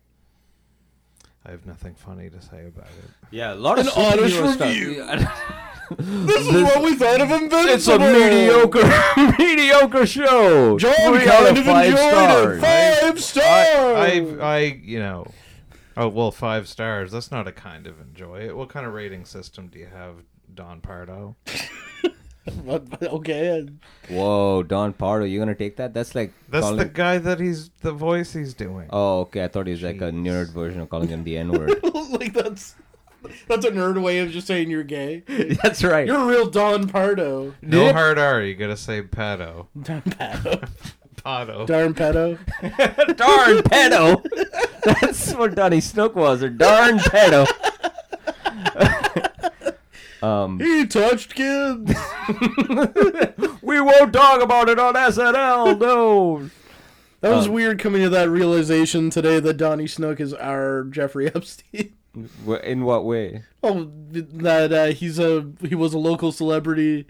Speaker 3: I have nothing funny to say about it.
Speaker 2: Yeah, a lot of
Speaker 1: An honest
Speaker 2: superhero stuff.
Speaker 1: review.
Speaker 2: Yeah.
Speaker 1: This is what we thought of Invincible.
Speaker 2: It's a mediocre, mediocre show.
Speaker 1: John
Speaker 2: Three out
Speaker 1: kind of
Speaker 2: five
Speaker 1: enjoyed
Speaker 2: stars.
Speaker 1: it. Five stars.
Speaker 3: I I you know, oh well, five stars. That's not a kind of enjoy it. What kind of rating system do you have, Don Pardo?
Speaker 1: But- okay.
Speaker 2: Whoa, Don Pardo, you gonna take that? That's like
Speaker 3: That's
Speaker 2: calling-
Speaker 3: the guy that he's the voice he's doing.
Speaker 2: Oh, okay. I thought he was like a
Speaker 3: Jeez.
Speaker 2: nerd version of calling him the N word.
Speaker 1: like that's that's a nerd way of just saying you're gay.
Speaker 2: That's right.
Speaker 1: You're a real Don Pardo.
Speaker 3: no
Speaker 2: Did-
Speaker 3: hard R. You gotta say pedo.
Speaker 1: Don Pardo.
Speaker 3: Pato.
Speaker 1: Darn pedo.
Speaker 2: darn pedo. That's what Donny Snook was, a darn pedo. um,
Speaker 1: He touched kids.
Speaker 2: we won't talk about it on SNL. No.
Speaker 1: That was
Speaker 2: Um,
Speaker 1: weird coming to that realization today that Donnie Snook is our Jeffrey Epstein.
Speaker 2: Wh- In what way?
Speaker 1: Oh, that uh, he's a he was a local celebrity,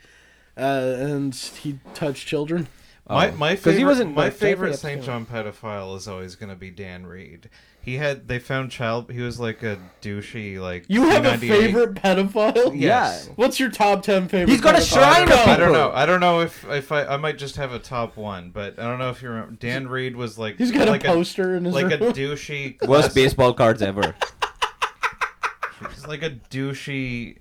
Speaker 1: uh, and he touched children.
Speaker 3: My
Speaker 2: Oh.
Speaker 3: my
Speaker 2: 'Cause he
Speaker 3: favorite,
Speaker 2: wasn't
Speaker 3: my
Speaker 2: like Jeffrey
Speaker 3: favorite
Speaker 2: Epstein.
Speaker 3: St. John pedophile is always going to be Dan Reed. He had they found child. He was like a douchey like.
Speaker 1: You have a
Speaker 3: 98
Speaker 1: favorite pedophile?
Speaker 2: Yeah.
Speaker 3: Yes.
Speaker 1: What's your top ten favorite?
Speaker 2: He's got a
Speaker 1: pedophile?
Speaker 2: shrine of
Speaker 3: I don't, know, I don't
Speaker 2: people.
Speaker 3: know. I don't know if if I I might just have a top one, but I don't know if you remember. Dan Reed was like
Speaker 1: He's got
Speaker 3: like
Speaker 1: a poster in his
Speaker 3: like a
Speaker 1: room.
Speaker 3: douchey
Speaker 2: Worst baseball cards ever.
Speaker 3: he's like a douchey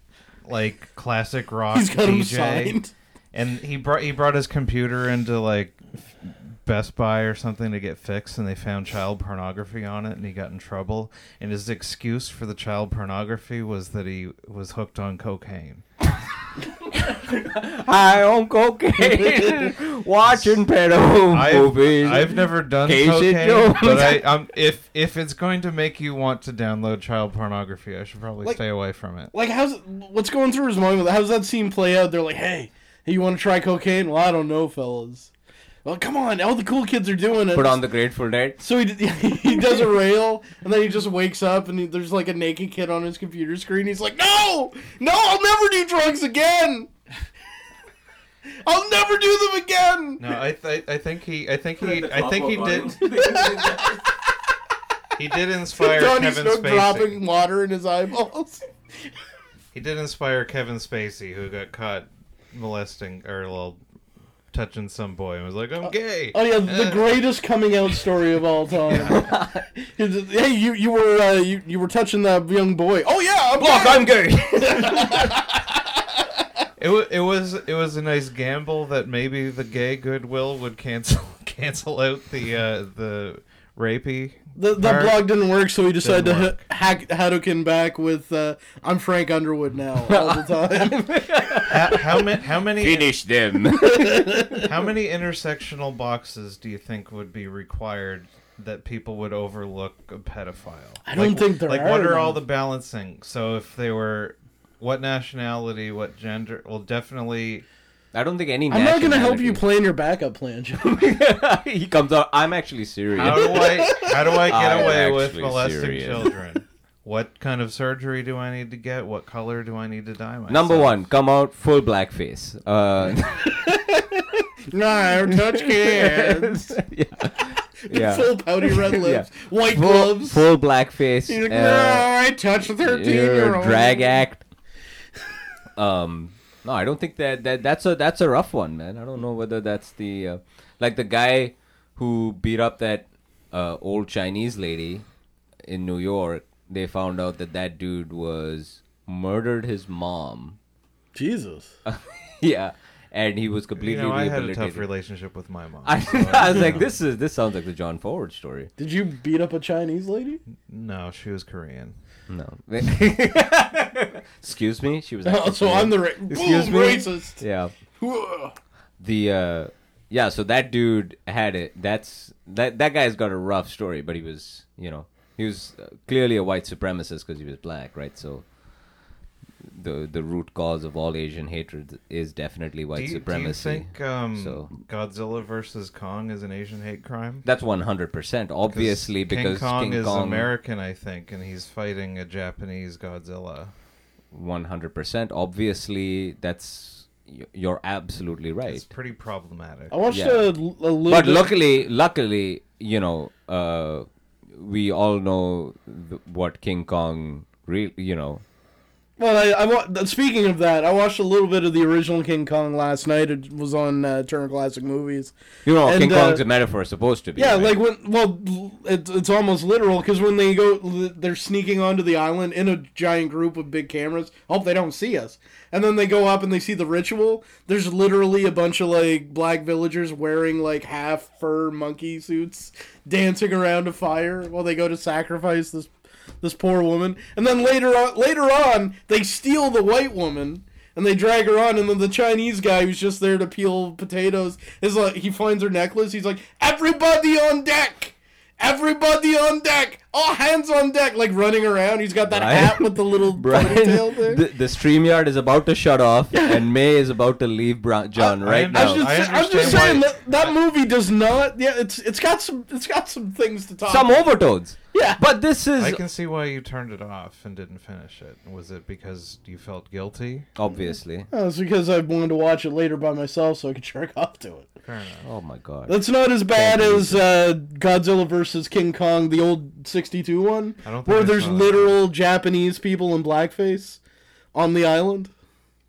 Speaker 3: like classic rock
Speaker 1: He's got him
Speaker 3: DJ.
Speaker 1: signed.
Speaker 3: and he brought he brought his computer into like Best Buy or something to get fixed, and they found child pornography on it, and he got in trouble. And his excuse for the child pornography was that he was hooked on cocaine.
Speaker 2: Hi, on cocaine, watching pedo
Speaker 3: I've,
Speaker 2: movies.
Speaker 3: I've never done
Speaker 2: Casey
Speaker 3: cocaine,
Speaker 2: Jones.
Speaker 3: but I, um, if if it's going to make you want to download child pornography, I should probably
Speaker 1: Like-
Speaker 3: stay away from it.
Speaker 1: Like, how's what's going through his mind? How's that scene play out? They're like, "Hey, hey, you want to try cocaine?" Well, I don't know, fellas. Well, come on, all the cool kids are doing it.
Speaker 2: Put on the Grateful Dead.
Speaker 1: So he, he does a rail, and then he just wakes up, and he, there's like a naked kid on his computer screen. He's like, "No, no, I'll never do drugs again. I'll never do them again."
Speaker 3: No, I th- I think he I think he I think he did he did inspire
Speaker 1: Johnny
Speaker 3: Kevin
Speaker 1: Snook
Speaker 3: Spacey.
Speaker 1: dropping water in his eyeballs.
Speaker 3: He did inspire Kevin Spacey, who got caught molesting or well, touching some boy and was like, "I'm gay."
Speaker 1: Oh yeah, the
Speaker 3: Uh,
Speaker 1: greatest coming out story of all time. He's- hey, you you were uh, you, you were touching that young boy. Oh yeah, I'm
Speaker 2: Fuck,
Speaker 1: back.
Speaker 2: I'm gay.
Speaker 3: It, wa it was it was a nice gamble that maybe the gay goodwill would cancel cancel out the uh, the rapey.
Speaker 1: The, the
Speaker 3: part.
Speaker 1: blog didn't work, so he decided to
Speaker 3: Didn't
Speaker 1: ha- hack
Speaker 3: work.
Speaker 1: Hadouken back with uh, "I'm Frank Underwood now" all the time.
Speaker 3: How, how many how many
Speaker 2: Finish them.
Speaker 3: how many intersectional boxes do you think would be required? That people would overlook a pedophile.
Speaker 1: I don't
Speaker 3: Like-
Speaker 1: think there
Speaker 3: like
Speaker 1: are
Speaker 3: what are
Speaker 1: any.
Speaker 3: all the balancing? So if they were, what nationality, what gender? Well, definitely
Speaker 2: I don't think any.
Speaker 1: I'm not gonna help you plan your backup plan. Joe.
Speaker 2: nationality- he comes out. I'm actually serious.
Speaker 3: How do I how do I get
Speaker 2: I'm
Speaker 3: away with
Speaker 2: actually
Speaker 3: molesting
Speaker 2: serious.
Speaker 3: children? What kind of surgery do I need to get? What color do I need to dye myself?
Speaker 2: Number one, come out full blackface. Uh,
Speaker 1: no, touch hands.
Speaker 2: yeah, yeah.
Speaker 1: Full pouty red lips, white
Speaker 2: Full,
Speaker 1: gloves.
Speaker 2: full blackface.
Speaker 1: He's like, no,
Speaker 2: Uh,
Speaker 1: I touched a thirteen year
Speaker 2: your
Speaker 1: old.
Speaker 2: drag act. Um, no, I don't think that, that that's a that's a rough one, man. I don't know whether that's the uh, like the guy who beat up that uh, old Chinese lady in New York. They found out that that dude was murdered his mom.
Speaker 1: Jesus.
Speaker 2: Uh. yeah, and he was
Speaker 3: You
Speaker 2: completely
Speaker 3: know, I had a
Speaker 2: rehabilitated.
Speaker 3: tough relationship with my mom.
Speaker 2: I,
Speaker 3: so
Speaker 2: I was
Speaker 3: you
Speaker 2: like,
Speaker 3: know.
Speaker 2: this is this sounds like the John Forward story.
Speaker 1: Did you beat up a Chinese lady?
Speaker 3: No, she was Korean.
Speaker 2: No. Excuse me. She was.
Speaker 1: Oh,
Speaker 2: actually
Speaker 1: so I'm the ra-
Speaker 2: Excuse
Speaker 1: boom,
Speaker 2: me?
Speaker 1: racist.
Speaker 2: Yeah.
Speaker 1: Whoa.
Speaker 2: The uh, yeah. So that dude had it. That's that that guy's got a rough story, but he was you know he was uh, clearly a white supremacist because he was black, right? So. The, the root cause of all Asian hatred is definitely
Speaker 3: Do
Speaker 2: white
Speaker 3: you, do you
Speaker 2: supremacy.
Speaker 3: think um,
Speaker 2: So-
Speaker 3: Godzilla versus Kong is an Asian hate crime?
Speaker 2: That's one hundred percent, obviously, because
Speaker 3: King Kong is
Speaker 2: Kong
Speaker 3: American, I think, and he's fighting a Japanese Godzilla.
Speaker 2: 100%. Obviously, that's y- you're absolutely right. Oh,
Speaker 3: It's pretty problematic.
Speaker 1: I watched
Speaker 2: Yeah.
Speaker 1: a, a little.
Speaker 2: But
Speaker 1: bit-
Speaker 2: luckily, luckily, you know, uh, we all know th- what King Kong really, you know,
Speaker 1: Well, I, I wa- th- speaking of that, I watched a little bit of the original King Kong last night. It was on uh, Turner Classic Movies.
Speaker 2: you know,
Speaker 1: And,
Speaker 2: King
Speaker 1: uh,
Speaker 2: Kong's a metaphor supposed to be.
Speaker 1: Yeah,
Speaker 2: right?
Speaker 1: like when well, l- it's it's almost literal because when they go, l- they're sneaking onto the island in a giant group of big cameras. Hope they don't see us. And then they go up and they see the ritual. There's literally a bunch of like black villagers wearing like half fur monkey suits, dancing around a fire while they go to sacrifice this this poor woman. And then later on, later on, they steal the white woman. And they drag her on, and then the Chinese guy who's just there to peel potatoes is like, he finds her necklace. He's like, "Everybody on deck! Everybody on deck! All hands on deck!" Like running around. He's got that
Speaker 2: Brian-
Speaker 1: hat with the little
Speaker 2: Brian,
Speaker 1: ponytail there.
Speaker 2: the, the StreamYard is about to shut off, and May is about to leave Bra- John
Speaker 3: I-
Speaker 2: right
Speaker 3: I'm-
Speaker 1: I
Speaker 2: now.
Speaker 1: was just,
Speaker 3: I
Speaker 1: I am just
Speaker 3: understand why-
Speaker 1: saying that that movie does not. Yeah, it's it's got some it's got some things to talk.
Speaker 2: Some
Speaker 1: about.
Speaker 2: overtones.
Speaker 1: Yeah.
Speaker 2: But this is
Speaker 3: I can see why you turned it off and didn't finish it. Was it because you felt guilty?
Speaker 2: obviously.
Speaker 1: Oh, it's because I wanted to watch it later by myself so I could jerk off to it.
Speaker 3: Fair enough.
Speaker 2: Oh my god.
Speaker 1: That's not as bad as uh, Godzilla versus King Kong, the old '62 one,
Speaker 3: I don't think
Speaker 1: where
Speaker 3: I
Speaker 1: there's
Speaker 3: saw that.
Speaker 1: literal Japanese people in blackface on the island.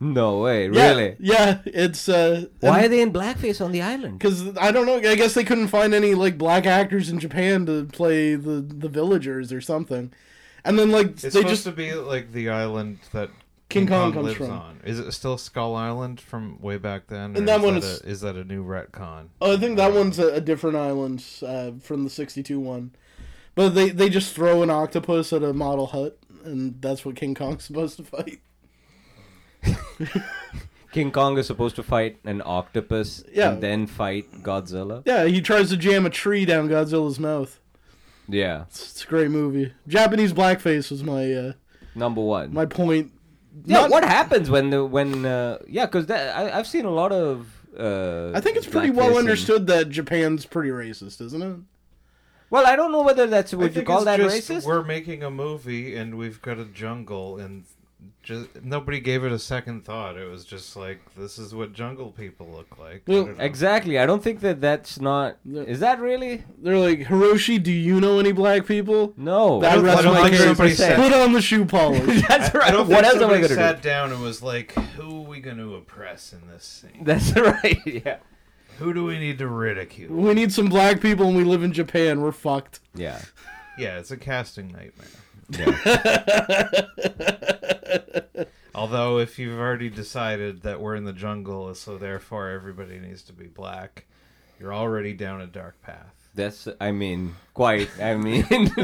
Speaker 2: No way,
Speaker 1: Yeah,
Speaker 2: really.
Speaker 1: Yeah, it's uh,
Speaker 2: Why are they in blackface on the island?
Speaker 1: Because I don't know. I guess they couldn't find any like black actors in Japan to play the the villagers or something. And then like
Speaker 3: It's
Speaker 1: they
Speaker 3: supposed
Speaker 1: just
Speaker 3: to be like the island that
Speaker 1: King Kong comes
Speaker 3: lives
Speaker 1: from.
Speaker 3: on. Is it still Skull Island from way back then?
Speaker 1: And
Speaker 3: or
Speaker 1: that
Speaker 3: is
Speaker 1: one
Speaker 3: a-
Speaker 1: is-
Speaker 3: is that a new retcon?
Speaker 1: Oh, I think that one's a, a different island uh, from the 62 one. But they, they just throw an octopus at a model hut, and that's what King Kong's supposed to fight.
Speaker 2: King Kong is supposed to fight an octopus
Speaker 1: Yeah.
Speaker 2: and then fight Godzilla.
Speaker 1: Yeah, he tries to jam a tree down Godzilla's mouth.
Speaker 2: Yeah.
Speaker 1: It's, it's a great movie. Japanese blackface was my uh,
Speaker 2: Number one.
Speaker 1: my point.
Speaker 2: yeah,
Speaker 1: Not-
Speaker 2: what happens when the when uh, yeah? Because I I've seen a lot of. Uh,
Speaker 1: I think it's pretty
Speaker 2: blackface
Speaker 1: well
Speaker 2: and-
Speaker 1: understood that Japan's pretty racist, isn't it?
Speaker 2: Well, I don't know whether that's
Speaker 3: I
Speaker 2: would you
Speaker 3: think
Speaker 2: call
Speaker 3: it's
Speaker 2: that
Speaker 3: just
Speaker 2: racist?
Speaker 3: We're making a movie and we've got a jungle and just nobody gave it a second thought. It was just like this is what jungle people look like. I
Speaker 1: Well,
Speaker 3: don't know.
Speaker 2: Exactly. I don't think that that's not.
Speaker 1: No.
Speaker 2: Is that really?
Speaker 1: They're like, Hiroshi, do you know any black people?
Speaker 2: No.
Speaker 1: That
Speaker 3: don't- I
Speaker 1: rests
Speaker 3: don't
Speaker 1: my
Speaker 3: think
Speaker 1: case.
Speaker 3: somebody said-
Speaker 1: Put on the shoe polish.
Speaker 2: that's
Speaker 3: I
Speaker 2: right.
Speaker 3: don't
Speaker 2: What else
Speaker 3: think
Speaker 2: am I
Speaker 3: somebody
Speaker 2: gonna do?
Speaker 3: sat down and was like, "Who are we going to oppress in this scene?
Speaker 2: That's right. Yeah.
Speaker 3: Who do we need to ridicule?"
Speaker 1: we need some black people, and we live in Japan. We're fucked.
Speaker 2: Yeah.
Speaker 3: Yeah, it's a casting nightmare.
Speaker 2: yeah.
Speaker 3: Although, if you've already decided that we're in the jungle, so therefore everybody needs to be black, you're already down a dark path.
Speaker 2: that's. I mean, quite. I mean,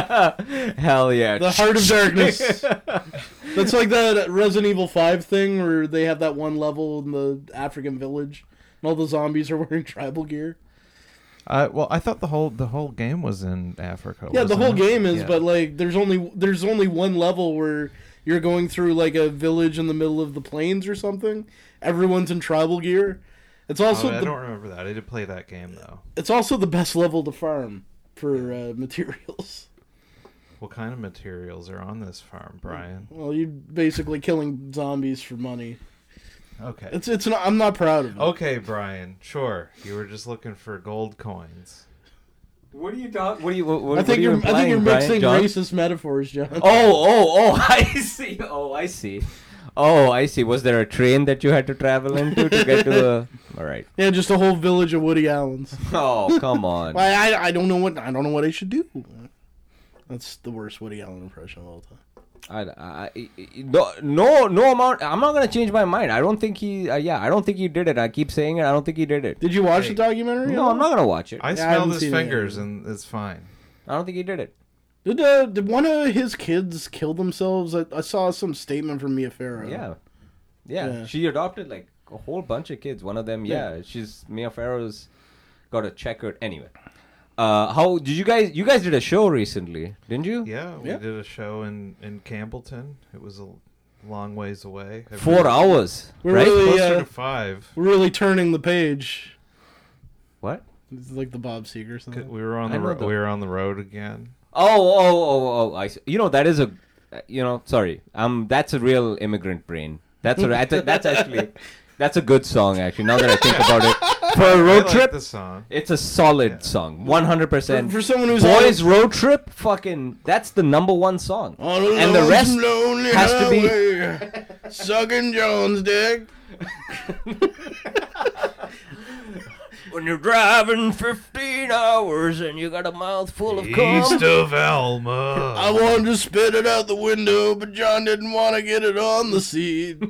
Speaker 2: hell yeah.
Speaker 1: The Heart of Darkness. That's like that Resident Evil 5 thing where they have that one level in the African village and all the zombies are wearing tribal gear.
Speaker 3: Uh, well, I thought the whole the whole game was in Africa.
Speaker 1: Yeah, the
Speaker 3: wasn't
Speaker 1: whole
Speaker 3: it?
Speaker 1: game is,
Speaker 3: Yeah.
Speaker 1: but like there's only there's only one level where you're going through like a village in the middle of the plains or something. Everyone's in tribal gear. It's
Speaker 3: Oh,
Speaker 1: also
Speaker 3: I
Speaker 1: the,
Speaker 3: don't remember that. I did play that game though.
Speaker 1: it's also the best level to farm for uh, materials.
Speaker 3: What kind of materials are on this farm, Brian?
Speaker 1: Well, you're basically killing zombies for money.
Speaker 3: Okay.
Speaker 1: It's it's not, I'm not proud of it.
Speaker 2: Oh,
Speaker 3: Okay, Brian. Sure. You were just looking for gold coins.
Speaker 2: What are you talking? What are you? What, what
Speaker 1: I think
Speaker 2: are you
Speaker 1: you're, I think
Speaker 2: implying,
Speaker 1: you're
Speaker 2: Brian?
Speaker 1: mixing
Speaker 2: John?
Speaker 1: racist metaphors, John.
Speaker 2: Oh, oh, oh! I see. Oh, I see. Oh, I see. Was there a train that you had to travel into to get to a? All right.
Speaker 1: Yeah, just a whole village of Woody Allen's.
Speaker 2: Oh, come on.
Speaker 1: Well, I, I I don't know what I don't know what I should do. That's the worst Woody Allen impression of all time.
Speaker 2: I, I, I- no, no, no amount. I'm not gonna change my mind. I don't think he. Uh, yeah, I don't think he did it. I keep saying it. I don't think he did it.
Speaker 1: Did you watch
Speaker 3: Hey.
Speaker 1: the documentary?
Speaker 2: No, I'm not gonna watch it.
Speaker 3: I
Speaker 1: I
Speaker 2: I,
Speaker 1: haven't
Speaker 3: smelled his
Speaker 1: seen it yet.
Speaker 3: fingers, and it's fine.
Speaker 2: don't think he did it.
Speaker 1: Did uh, did one of his kids kill themselves? I, I saw some statement from Mia Farrow.
Speaker 2: Yeah. yeah,
Speaker 1: Yeah.
Speaker 2: She adopted like a whole bunch of kids. One of them, yeah, she's Mia Farrow's got a checkered. Anyway, uh, how did you guys? You guys did a show recently, didn't you?
Speaker 3: Yeah, we
Speaker 1: Yeah.
Speaker 3: did a show in in Campbellton. It was a long ways away. I
Speaker 2: Four
Speaker 3: really-
Speaker 2: hours,
Speaker 1: We're
Speaker 2: right?
Speaker 1: really-
Speaker 3: Closer
Speaker 1: Yeah.
Speaker 3: to five.
Speaker 1: We're really turning the page.
Speaker 2: What?
Speaker 1: It's like the Bob Seger
Speaker 3: 'Cause
Speaker 1: song.
Speaker 3: We were on
Speaker 2: I
Speaker 3: the,
Speaker 2: know
Speaker 3: ro-
Speaker 2: the-
Speaker 3: we were on the road again.
Speaker 2: Oh, oh, oh, oh! I. See. oh, You know that is a uh, you know, sorry. Um, that's a real immigrant brain. That's a, that's, a, that's actually that's a good song actually. Now that I think about it, for a road
Speaker 3: I
Speaker 2: trip,
Speaker 3: like the song.
Speaker 2: it's a solid song, one hundred
Speaker 1: For,
Speaker 2: percent.
Speaker 1: for someone who's
Speaker 2: Boys road trip, fucking that's the number one song,
Speaker 1: on a
Speaker 2: and the
Speaker 1: long,
Speaker 2: rest
Speaker 1: lonely
Speaker 2: has to be.
Speaker 1: highway, sucking John's dick.
Speaker 2: When you're driving fifteen hours and you got a mouthful of
Speaker 3: East
Speaker 2: cum,
Speaker 3: of
Speaker 1: I
Speaker 3: Alma.
Speaker 1: wanted to spit it out the window, but John didn't want to get it on the seat.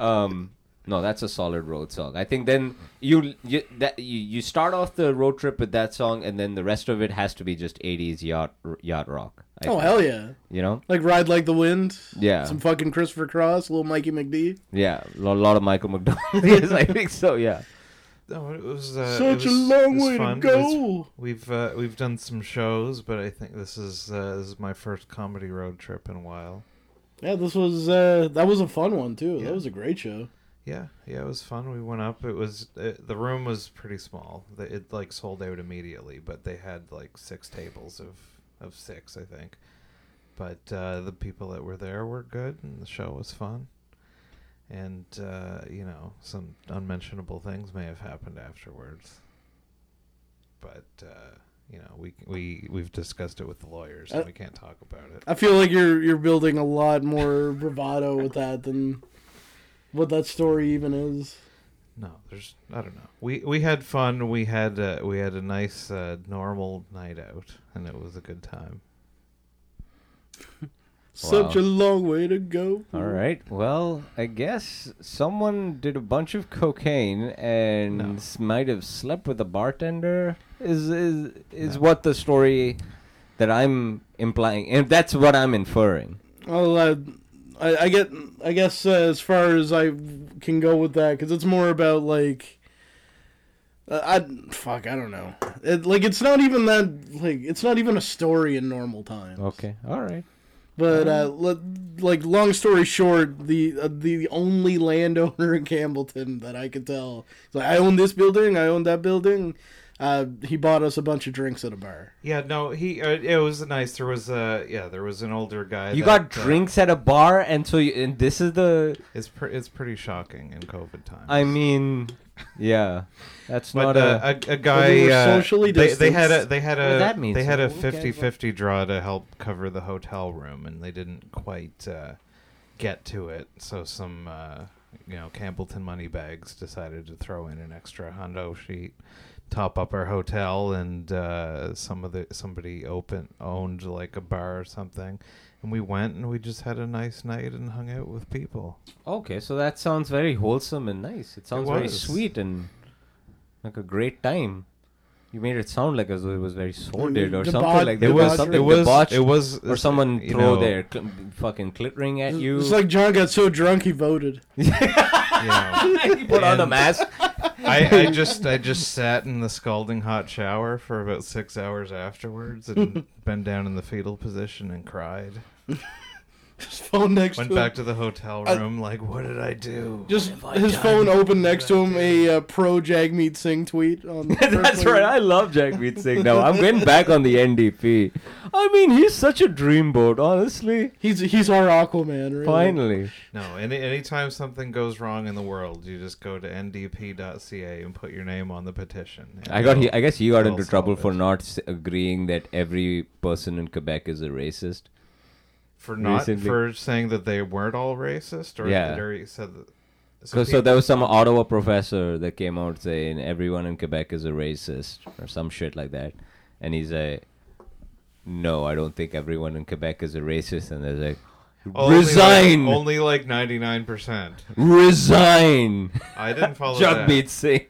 Speaker 2: um, no, that's a solid road song. I think then you you that you, you start off the road trip with that song, and then the rest of it has to be just '80s yacht yacht rock. I
Speaker 1: Oh
Speaker 2: think,
Speaker 1: hell yeah!
Speaker 2: you know,
Speaker 1: Like ride like the wind.
Speaker 2: Yeah.
Speaker 1: Some fucking Christopher Cross, little Mikey McD.
Speaker 2: yeah, a lo- lot of Michael McDonald. yes, I think so. Yeah,
Speaker 3: No, it was, uh,
Speaker 1: Such
Speaker 3: it was-
Speaker 1: a long
Speaker 3: it was
Speaker 1: way
Speaker 3: fun.
Speaker 1: to
Speaker 3: It was-
Speaker 1: go.
Speaker 3: We've uh, we've done some shows, but I think this is uh, this is my first comedy road trip in a while.
Speaker 1: Yeah, this was uh that was a fun one too.
Speaker 3: Yeah.
Speaker 1: That was a great show.
Speaker 3: Yeah, yeah, it was fun. We went up. It was it, the room was pretty small. The- It like sold out immediately, but they had like six tables of of six, I think. But uh, the people that were there were good, and the show was fun. And uh, you know, some unmentionable things may have happened afterwards. But uh, you know, we we we've discussed it with the lawyers, and
Speaker 1: Uh,
Speaker 3: we can't talk about it.
Speaker 1: I feel like you're you're building a lot more bravado with that than what that story even is.
Speaker 3: No, there's I don't know. We we had fun. We had uh, we had a nice uh, normal night out, and it was a good time.
Speaker 1: Such
Speaker 2: Wow.
Speaker 1: a long way to go.
Speaker 2: All right. Well, I guess someone did a bunch of cocaine and
Speaker 3: No.
Speaker 2: s- might have slept with a bartender. Is is is
Speaker 3: No.
Speaker 2: what the story that I'm implying, and that's what I'm inferring.
Speaker 1: Well, uh, I, I get, I guess, uh, as far as I can go with that, because it's more about like, uh, I fuck, I don't know. It, like, it's not even that. Like, it's not even a story in normal times.
Speaker 2: Okay. All right.
Speaker 1: But uh, le- like, long story short, the uh, the only landowner in Campbellton that I could tell, it's like, I own this building, I own that building. Uh, he bought us a bunch of drinks at a bar.
Speaker 3: Yeah, no, he uh, it was nice. There was uh yeah, there was an older guy.
Speaker 2: You
Speaker 3: that,
Speaker 2: got
Speaker 3: uh,
Speaker 2: drinks at a bar, and so you, and this is the.
Speaker 3: it's pre- it's pretty shocking in COVID times.
Speaker 2: I mean, yeah, that's
Speaker 3: but
Speaker 2: not a.
Speaker 3: uh, a, a guy
Speaker 1: were
Speaker 3: uh,
Speaker 1: socially
Speaker 3: they, they had a
Speaker 1: distanced.
Speaker 3: they had a
Speaker 2: What does that mean?
Speaker 3: they had a
Speaker 2: Someone gave up-
Speaker 3: 50-50 draw to help cover the hotel room and they didn't quite uh, get to it so some uh, you know Campbellton moneybags decided to throw in an extra hundo sheet top up our hotel and uh, some of the somebody open owned like a bar or something and we went and we just had a nice night and hung out with people
Speaker 2: okay, so that sounds very wholesome and nice. It sounds very
Speaker 3: was.
Speaker 2: sweet and like a great time. You made it sound like as though it was very sordid or
Speaker 1: Debauch-
Speaker 2: something like that.
Speaker 3: it
Speaker 1: It
Speaker 3: was
Speaker 2: something
Speaker 3: it was
Speaker 2: debauched
Speaker 3: it was
Speaker 2: or someone
Speaker 3: you
Speaker 2: throw
Speaker 3: know,
Speaker 2: their cl- fucking clit ring at you.
Speaker 1: It's like John got so drunk he voted.
Speaker 3: you know,
Speaker 2: you put on a
Speaker 3: and-
Speaker 2: mask.
Speaker 3: I, I just I just sat in the scalding hot shower for about six hours afterwards and bent down in the fetal position and cried.
Speaker 1: His phone next
Speaker 3: Went
Speaker 1: to him.
Speaker 3: back to the hotel room like, what did I do?
Speaker 1: Just his phone open next to him a uh, pro Jagmeet Singh tweet on.
Speaker 2: That's right. I love Jagmeet Singh now. I'm going back on the NDP. I mean, he's such a dreamboat, honestly.
Speaker 1: He's he's our Aquaman. Really.
Speaker 2: Finally.
Speaker 3: No, any anytime something goes wrong in the world, you just go to ndp.ca and put your name on the petition. And
Speaker 2: I got. He,
Speaker 3: it'll-
Speaker 2: I guess he got
Speaker 3: Well,
Speaker 2: into trouble
Speaker 3: solid.
Speaker 2: for not s- agreeing that every person in Quebec is a racist.
Speaker 3: for not
Speaker 2: recently-
Speaker 3: for saying that they weren't all racist or
Speaker 2: Yeah.
Speaker 3: that they said that.
Speaker 2: So, so
Speaker 3: people-
Speaker 2: there was some Ottawa professor that came out saying everyone in Quebec is a racist or some shit like that, and he's like, "No, I don't think everyone in Quebec is a racist." And they're like,
Speaker 3: only
Speaker 2: "Resign,
Speaker 3: Like, only like 99%.
Speaker 2: resign."
Speaker 3: I didn't follow that.
Speaker 2: Jagmeet Singh.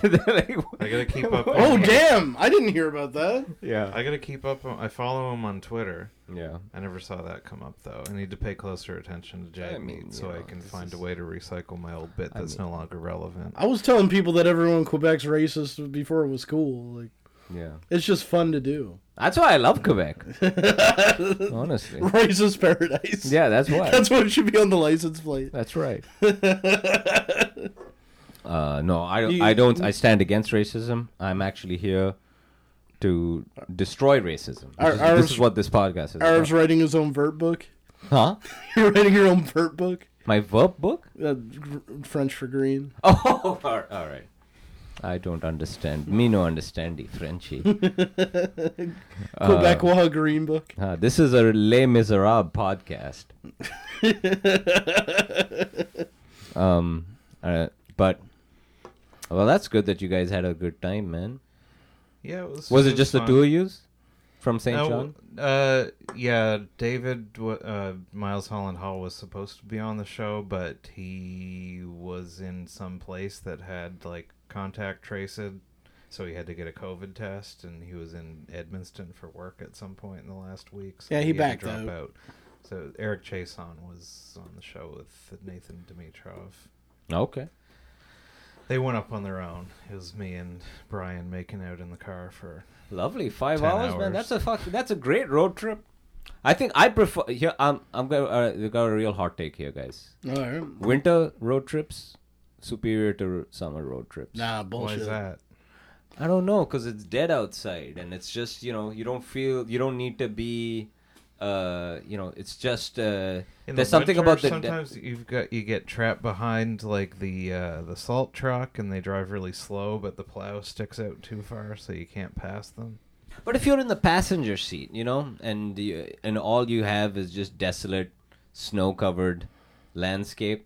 Speaker 2: They're like,
Speaker 3: I gotta keep up.
Speaker 1: Oh damn! I didn't hear about that.
Speaker 2: Yeah,
Speaker 3: I gotta keep up. On, I follow him on Twitter.
Speaker 2: yeah.
Speaker 3: I never saw that come up though. I need to pay closer attention to Jagmeet
Speaker 2: I mean,
Speaker 3: so
Speaker 2: you
Speaker 3: I
Speaker 2: know,
Speaker 3: can
Speaker 2: this
Speaker 3: find a
Speaker 2: is-
Speaker 3: way to recycle my old bit
Speaker 2: I
Speaker 3: that's no longer relevant.
Speaker 1: I was telling people that everyone in Quebec's racist before it was cool. Like
Speaker 2: Yeah,
Speaker 1: it's just fun to do.
Speaker 2: that's why I love Quebec. Honestly,
Speaker 1: Racist paradise.
Speaker 2: yeah, that's why.
Speaker 1: That's what it should be on the license plate.
Speaker 2: That's right. uh, no, I,
Speaker 1: You-
Speaker 2: Uh, I don't. I stand against racism. I'm actually here to destroy racism. This,
Speaker 1: Our-
Speaker 2: is,
Speaker 1: ours-
Speaker 2: this is what this podcast is.
Speaker 1: Arab's
Speaker 2: About.
Speaker 1: writing his own vert book.
Speaker 2: Huh?
Speaker 1: You're writing your own vert book.
Speaker 2: My verb book?
Speaker 1: Uh, gr- French for green.
Speaker 2: Oh, all right, all right. I don't understand. Me no understand the Frenchy.
Speaker 1: Quebec Quebecois green book.
Speaker 2: Uh, this is a Les Miserables podcast. um, uh, but well, that's good that you guys had a good time, man.
Speaker 3: Yeah, it was.
Speaker 2: Was it just the
Speaker 3: fun.
Speaker 2: two of yous from St.
Speaker 3: No,
Speaker 2: John?
Speaker 3: Uh, yeah, David w- uh, Miles Holland Hall was supposed to be on the show, but he was in some place that had like contact traced, so he had to get a COVID test, and he was in Edmonston for work at some point in the last week. So
Speaker 1: Yeah, he
Speaker 3: had to
Speaker 1: backed
Speaker 3: drop
Speaker 1: out.
Speaker 3: So Eric Chason was on the show with Nathan Dimitrov.
Speaker 2: Okay.
Speaker 3: They went up on their own. It was me and Brian making out in the car for
Speaker 2: Lovely. Five
Speaker 3: 10
Speaker 2: hours, man.
Speaker 3: hours.
Speaker 2: That's a fuck. That's a great road trip. I think I prefer. Here, I'm. I'm gonna. Uh, we got a real hot take here, guys.
Speaker 1: All right.
Speaker 2: Winter road trips superior to summer road trips.
Speaker 1: Nah,
Speaker 3: why
Speaker 1: bullshit.
Speaker 3: is that?
Speaker 2: I don't know because it's dead outside and it's just you know you don't feel you don't need to be, uh you know it's just uh there's
Speaker 3: In the
Speaker 2: something
Speaker 3: winter,
Speaker 2: about the de-
Speaker 3: sometimes you've got you get trapped behind like the uh, the salt truck and they drive really slow, but the plow sticks out too far, so you can't pass them.
Speaker 2: but if you're in the passenger seat you know and you, and all you have is just desolate snow covered landscape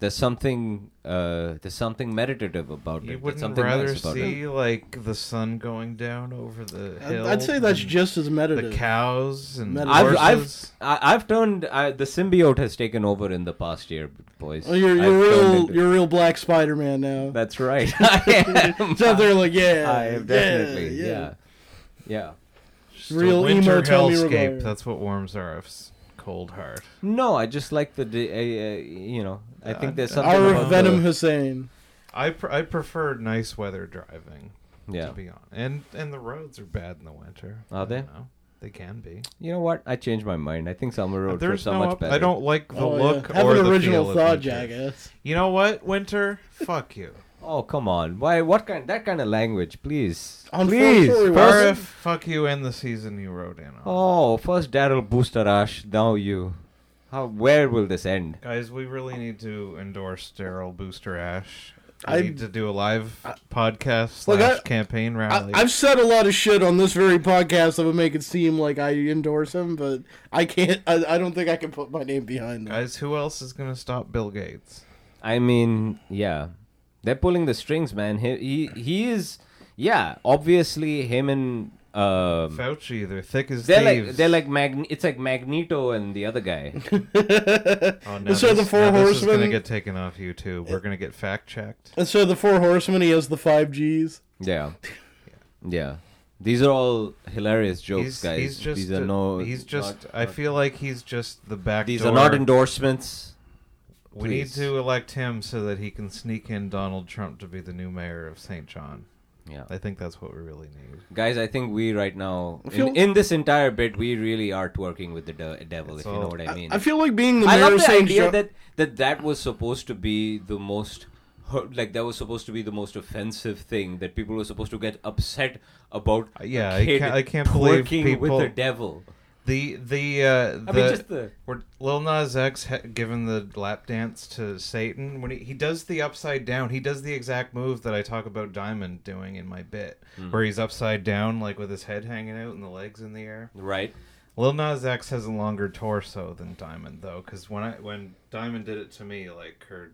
Speaker 2: there's something uh there's something meditative about
Speaker 3: You
Speaker 2: it there's
Speaker 3: wouldn't
Speaker 2: something nice
Speaker 3: rather
Speaker 2: about
Speaker 3: see
Speaker 2: it.
Speaker 3: like the sun going down over the
Speaker 1: I'd-
Speaker 3: hill.
Speaker 1: I'd say that's
Speaker 3: and
Speaker 1: just as
Speaker 3: the
Speaker 1: meditative.
Speaker 3: cows and
Speaker 1: Meditative.
Speaker 2: I've,
Speaker 3: horses.
Speaker 2: I've I- I've turned I, the symbiote has taken over in the past year, boys.
Speaker 1: oh, you're
Speaker 2: I've
Speaker 1: you're
Speaker 2: turned
Speaker 1: real
Speaker 2: into-
Speaker 1: you're real Black Spider Man now.
Speaker 2: That's right. I am.
Speaker 1: It's out there like yeah,
Speaker 2: I am
Speaker 1: yeah,
Speaker 2: definitely. Yeah. Yeah.
Speaker 3: Just a
Speaker 1: real emo
Speaker 3: winter
Speaker 1: Tommy
Speaker 3: hellscape.
Speaker 1: Maguire.
Speaker 3: That's what warms Arf's cold heart.
Speaker 2: No, I just like the, d- uh, uh, you know, I think there's
Speaker 3: Uh,
Speaker 2: something
Speaker 1: Our
Speaker 2: about
Speaker 1: Venom
Speaker 2: the,
Speaker 1: Hussein.
Speaker 3: I pr- I prefer nice weather driving.
Speaker 2: Yeah.
Speaker 3: To be on, and and the roads are bad in the winter.
Speaker 2: Are
Speaker 3: I don't
Speaker 2: they?
Speaker 3: know. They can be.
Speaker 2: You know what? I changed my mind. I think summer road
Speaker 3: There's
Speaker 2: trips are
Speaker 3: no
Speaker 2: much
Speaker 3: up-
Speaker 2: better.
Speaker 3: I don't like the
Speaker 1: Oh, yeah.
Speaker 3: look
Speaker 1: Have
Speaker 3: or
Speaker 1: an
Speaker 3: the
Speaker 1: original
Speaker 3: feel
Speaker 1: thought,
Speaker 3: of winter.
Speaker 1: jackass.
Speaker 3: You know what, winter? Fuck you.
Speaker 2: Oh come on! Why? What kind? That kind of language, please. Please.
Speaker 1: Unfortunately, we're-
Speaker 2: First,
Speaker 3: Barf, fuck you and the season you rode in on.
Speaker 2: oh, first Daryl Boosterash, now you. How? Where will this end?
Speaker 3: Guys, we really need to endorse Daryl Booster Ash. We
Speaker 1: I-
Speaker 3: need to do a live podcast
Speaker 1: Look, I-
Speaker 3: slash campaign
Speaker 1: I,
Speaker 3: rally.
Speaker 1: I've said a lot of shit on this very podcast that would make it seem like I endorse him, but I can't. I, I don't think I can put my name behind him.
Speaker 3: Guys, who else is gonna stop Bill Gates?
Speaker 2: I mean, yeah, they're pulling the strings, man. He he, he is, yeah. Obviously, him and um,
Speaker 3: Fauci, they're thick as
Speaker 2: They're like
Speaker 3: thieves.
Speaker 2: they're like magne- It's like Magneto and the other guy.
Speaker 3: Oh, no,
Speaker 1: So the four
Speaker 3: this- no, This is gonna
Speaker 1: horsemen-
Speaker 3: get taken off YouTube. We're gonna get fact checked.
Speaker 1: And so the four horsemen, he has the five Gs.
Speaker 2: yeah, yeah. These are all hilarious jokes,
Speaker 3: He's,
Speaker 2: guys.
Speaker 3: he's just.
Speaker 2: these are
Speaker 3: a-
Speaker 2: no.
Speaker 3: he's just.
Speaker 2: not-
Speaker 3: I feel like he's just the back.
Speaker 2: these
Speaker 3: door
Speaker 2: are not endorsements.
Speaker 3: We need
Speaker 2: Please.
Speaker 3: to elect him so that he can sneak in Donald Trump to be the new mayor of St. John.
Speaker 2: Yeah,
Speaker 3: I think that's what we really need.
Speaker 2: guys. I think we right now in,
Speaker 1: feel-
Speaker 2: in this entire bit we really are twerking with the de- devil.
Speaker 3: It's
Speaker 2: if you know
Speaker 3: all-
Speaker 2: what I mean.
Speaker 1: I feel like being the
Speaker 2: I
Speaker 1: mayor
Speaker 2: love
Speaker 1: of
Speaker 2: the
Speaker 1: Saint
Speaker 2: idea
Speaker 1: Jo-
Speaker 2: that that that was supposed to be the most hu- like that was supposed to be the most offensive thing that people were supposed to get upset about.
Speaker 3: Uh, yeah,
Speaker 2: a
Speaker 3: I
Speaker 2: kid
Speaker 3: can't- I can't believe
Speaker 2: twerking
Speaker 3: people-
Speaker 2: with the devil.
Speaker 3: The the uh, the
Speaker 2: I mean, just the
Speaker 3: where Lil Nas X ha- given the lap dance to Satan when he, he does the upside down. He does the exact move that I talk about Diamond doing in my bit,
Speaker 2: Mm-hmm.
Speaker 3: where he's upside down like with his head hanging out and the legs in the air.
Speaker 2: right.
Speaker 3: Lil Nas X has a longer torso than Diamond though, because when I when Diamond did it to me, like her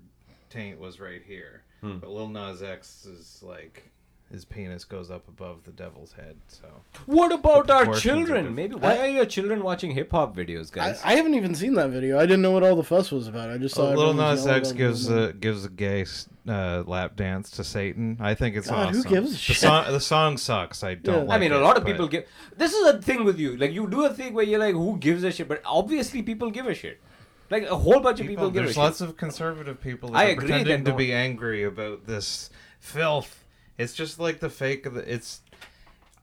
Speaker 3: taint was right here, but Lil Nas X is like his penis goes up above the devil's head. So
Speaker 2: What about
Speaker 3: The
Speaker 2: our
Speaker 3: proportions are
Speaker 2: children?
Speaker 3: different.
Speaker 2: Maybe why are your children watching hip hop videos, guys?
Speaker 1: I, I haven't even seen that video. I didn't know what all the fuss was about. I just saw
Speaker 3: Lil
Speaker 1: everyone was
Speaker 3: Nas
Speaker 1: yelling
Speaker 3: X
Speaker 1: about
Speaker 3: gives
Speaker 1: it.
Speaker 3: a gives a gay s- uh, lap dance to Satan. I think it's
Speaker 1: God, who
Speaker 3: awesome.
Speaker 1: gives a
Speaker 3: the
Speaker 1: shit?
Speaker 3: Song, the song sucks. I don't.
Speaker 1: Yeah. I
Speaker 2: I
Speaker 3: Like
Speaker 2: mean, a
Speaker 3: it,
Speaker 2: lot of
Speaker 3: but-
Speaker 2: people give. This is a thing with you. Like, you do a thing where you're like, "Who gives a shit?" But obviously, people give a shit. Like a whole bunch of people, give a
Speaker 3: there's
Speaker 2: shit.
Speaker 3: lots of conservative people that
Speaker 2: I
Speaker 3: are
Speaker 2: agree that
Speaker 3: pretending to
Speaker 2: no-
Speaker 3: be angry about this filth. It's just like the fake. Of the, it's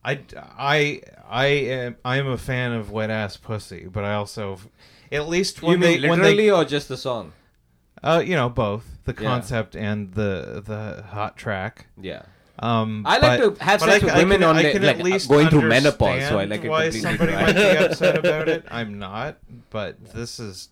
Speaker 3: I I I am I am a fan of wet ass pussy, but I also at least
Speaker 2: you
Speaker 3: when they
Speaker 2: mean
Speaker 3: when
Speaker 2: literally
Speaker 3: they
Speaker 2: or just the song?
Speaker 3: uh you know both the
Speaker 2: Yeah.
Speaker 3: concept and the the hot track.
Speaker 2: Yeah.
Speaker 3: Um,
Speaker 2: I like
Speaker 3: but-
Speaker 2: to have
Speaker 3: but
Speaker 2: sex
Speaker 3: I
Speaker 2: with
Speaker 3: can- I
Speaker 2: women
Speaker 3: can-
Speaker 2: on
Speaker 3: I
Speaker 2: the-
Speaker 3: can
Speaker 2: like,
Speaker 3: at least
Speaker 2: going through menopause, so I like it
Speaker 3: understand why
Speaker 2: completely
Speaker 3: somebody
Speaker 2: dry.
Speaker 3: might be upset about it. I'm not, but this is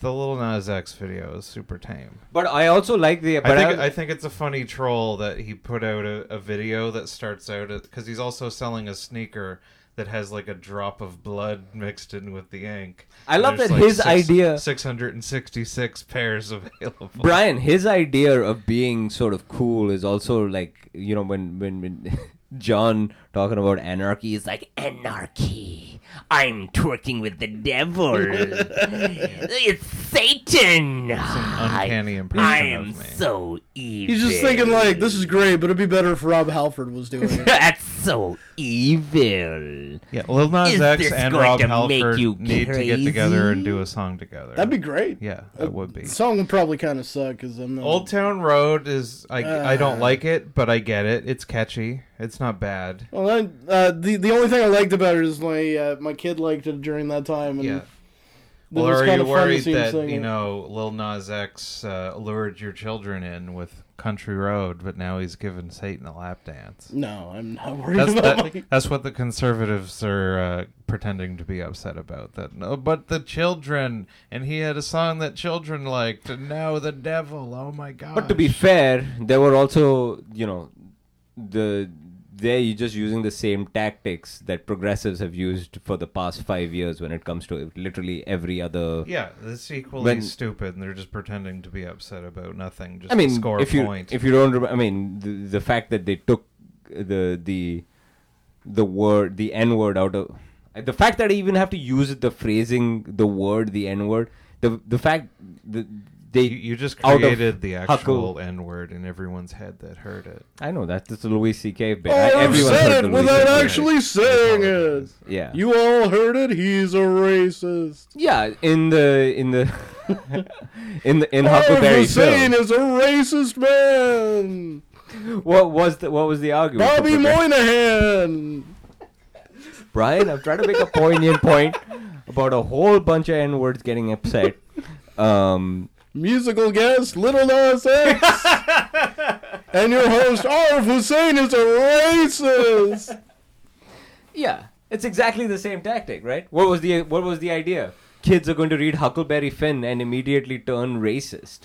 Speaker 3: the Lil Nas X video is super tame.
Speaker 2: But I also like the. But
Speaker 3: I think
Speaker 2: I-
Speaker 3: I think it's a funny troll that he put out a, a video that starts out because he's also selling a sneaker that has like a drop of blood mixed in with the ink.
Speaker 2: I love
Speaker 3: There's,
Speaker 2: that his idea-
Speaker 3: Six hundred and sixty-six pairs available.
Speaker 2: Brian, his idea of being sort of cool is also like you know when when, when John talking about anarchy is like anarchy. I'm twerking with the devil. it's Satan.
Speaker 3: uncanny impression
Speaker 2: I am
Speaker 3: of me.
Speaker 2: so evil.
Speaker 1: He's just thinking like, this is great, but it'd be better if Rob Halford was doing it.
Speaker 2: That's so evil.
Speaker 3: yeah, Lil Nas
Speaker 2: Is
Speaker 3: X
Speaker 2: this
Speaker 3: and
Speaker 2: going
Speaker 3: Rob
Speaker 2: to make
Speaker 3: Halford
Speaker 2: you
Speaker 3: need to get together and
Speaker 2: crazy?
Speaker 3: do a song together.
Speaker 1: That'd be great.
Speaker 3: yeah, that would be.
Speaker 1: The song would probably kind of suck because I'm not.
Speaker 3: Old Town Road is I I
Speaker 1: Uh.
Speaker 3: don't like it, but I get it. It's catchy. It's not bad.
Speaker 1: Well, then, uh, the the only thing I liked about it is my uh, my kid liked it during that time, and
Speaker 3: Yeah.
Speaker 1: it
Speaker 3: Well,
Speaker 1: was
Speaker 3: are
Speaker 1: kind
Speaker 3: you
Speaker 1: of fun to
Speaker 3: worried
Speaker 1: see him
Speaker 3: that
Speaker 1: sing
Speaker 3: you
Speaker 1: it.
Speaker 3: know Lil Nas X uh, lured your children in with Country Road, but now he's giving Satan a lap dance?
Speaker 1: No, I'm not worried
Speaker 3: That's
Speaker 1: about
Speaker 3: that,
Speaker 1: my-
Speaker 3: that's what the conservatives are uh, pretending to be upset about. That no, but the children, and he had a song that children liked, and now the devil. Oh my god!
Speaker 2: But to be fair, they were also, you know, the they're just using the same tactics that progressives have used for the past five years when it comes to literally every other.
Speaker 3: yeah, it's equally
Speaker 2: When-
Speaker 3: stupid, and they're just pretending to be upset about nothing. Just
Speaker 2: I mean,
Speaker 3: to score
Speaker 2: if you
Speaker 3: a point.
Speaker 2: if you don't, remember, I mean, the, the fact that they took the the the word the n word out of the fact that I even have to use the phrasing the word the n word the the fact the, they
Speaker 3: you, you just
Speaker 2: out of
Speaker 3: created the
Speaker 2: Huckle-
Speaker 3: actual N word in everyone's head that heard it.
Speaker 2: I know that's the Louis C.K. bit.
Speaker 1: Oh,
Speaker 2: I-
Speaker 1: I've
Speaker 2: everyone's
Speaker 1: said
Speaker 2: heard
Speaker 1: it
Speaker 2: the Louis
Speaker 1: without
Speaker 2: CK bit.
Speaker 1: actually saying it.
Speaker 2: Yeah.
Speaker 1: You all heard it. He's a racist.
Speaker 2: Yeah, in the in the in the in
Speaker 1: Harvey
Speaker 2: Huckleberry
Speaker 1: Hussein
Speaker 2: Phil.
Speaker 1: is a racist man.
Speaker 2: What was the what was the argument? for
Speaker 1: Bobby
Speaker 2: progress-
Speaker 1: Moynihan.
Speaker 2: Brian, I'm trying to make a poignant point about a whole bunch of n words getting upset. Um,
Speaker 1: Musical guest Little Nas X. and your host Arif Hussein is a racist.
Speaker 2: yeah, it's exactly the same tactic, right? What was the what was the idea? Kids are going to read Huckleberry Finn and immediately turn racist,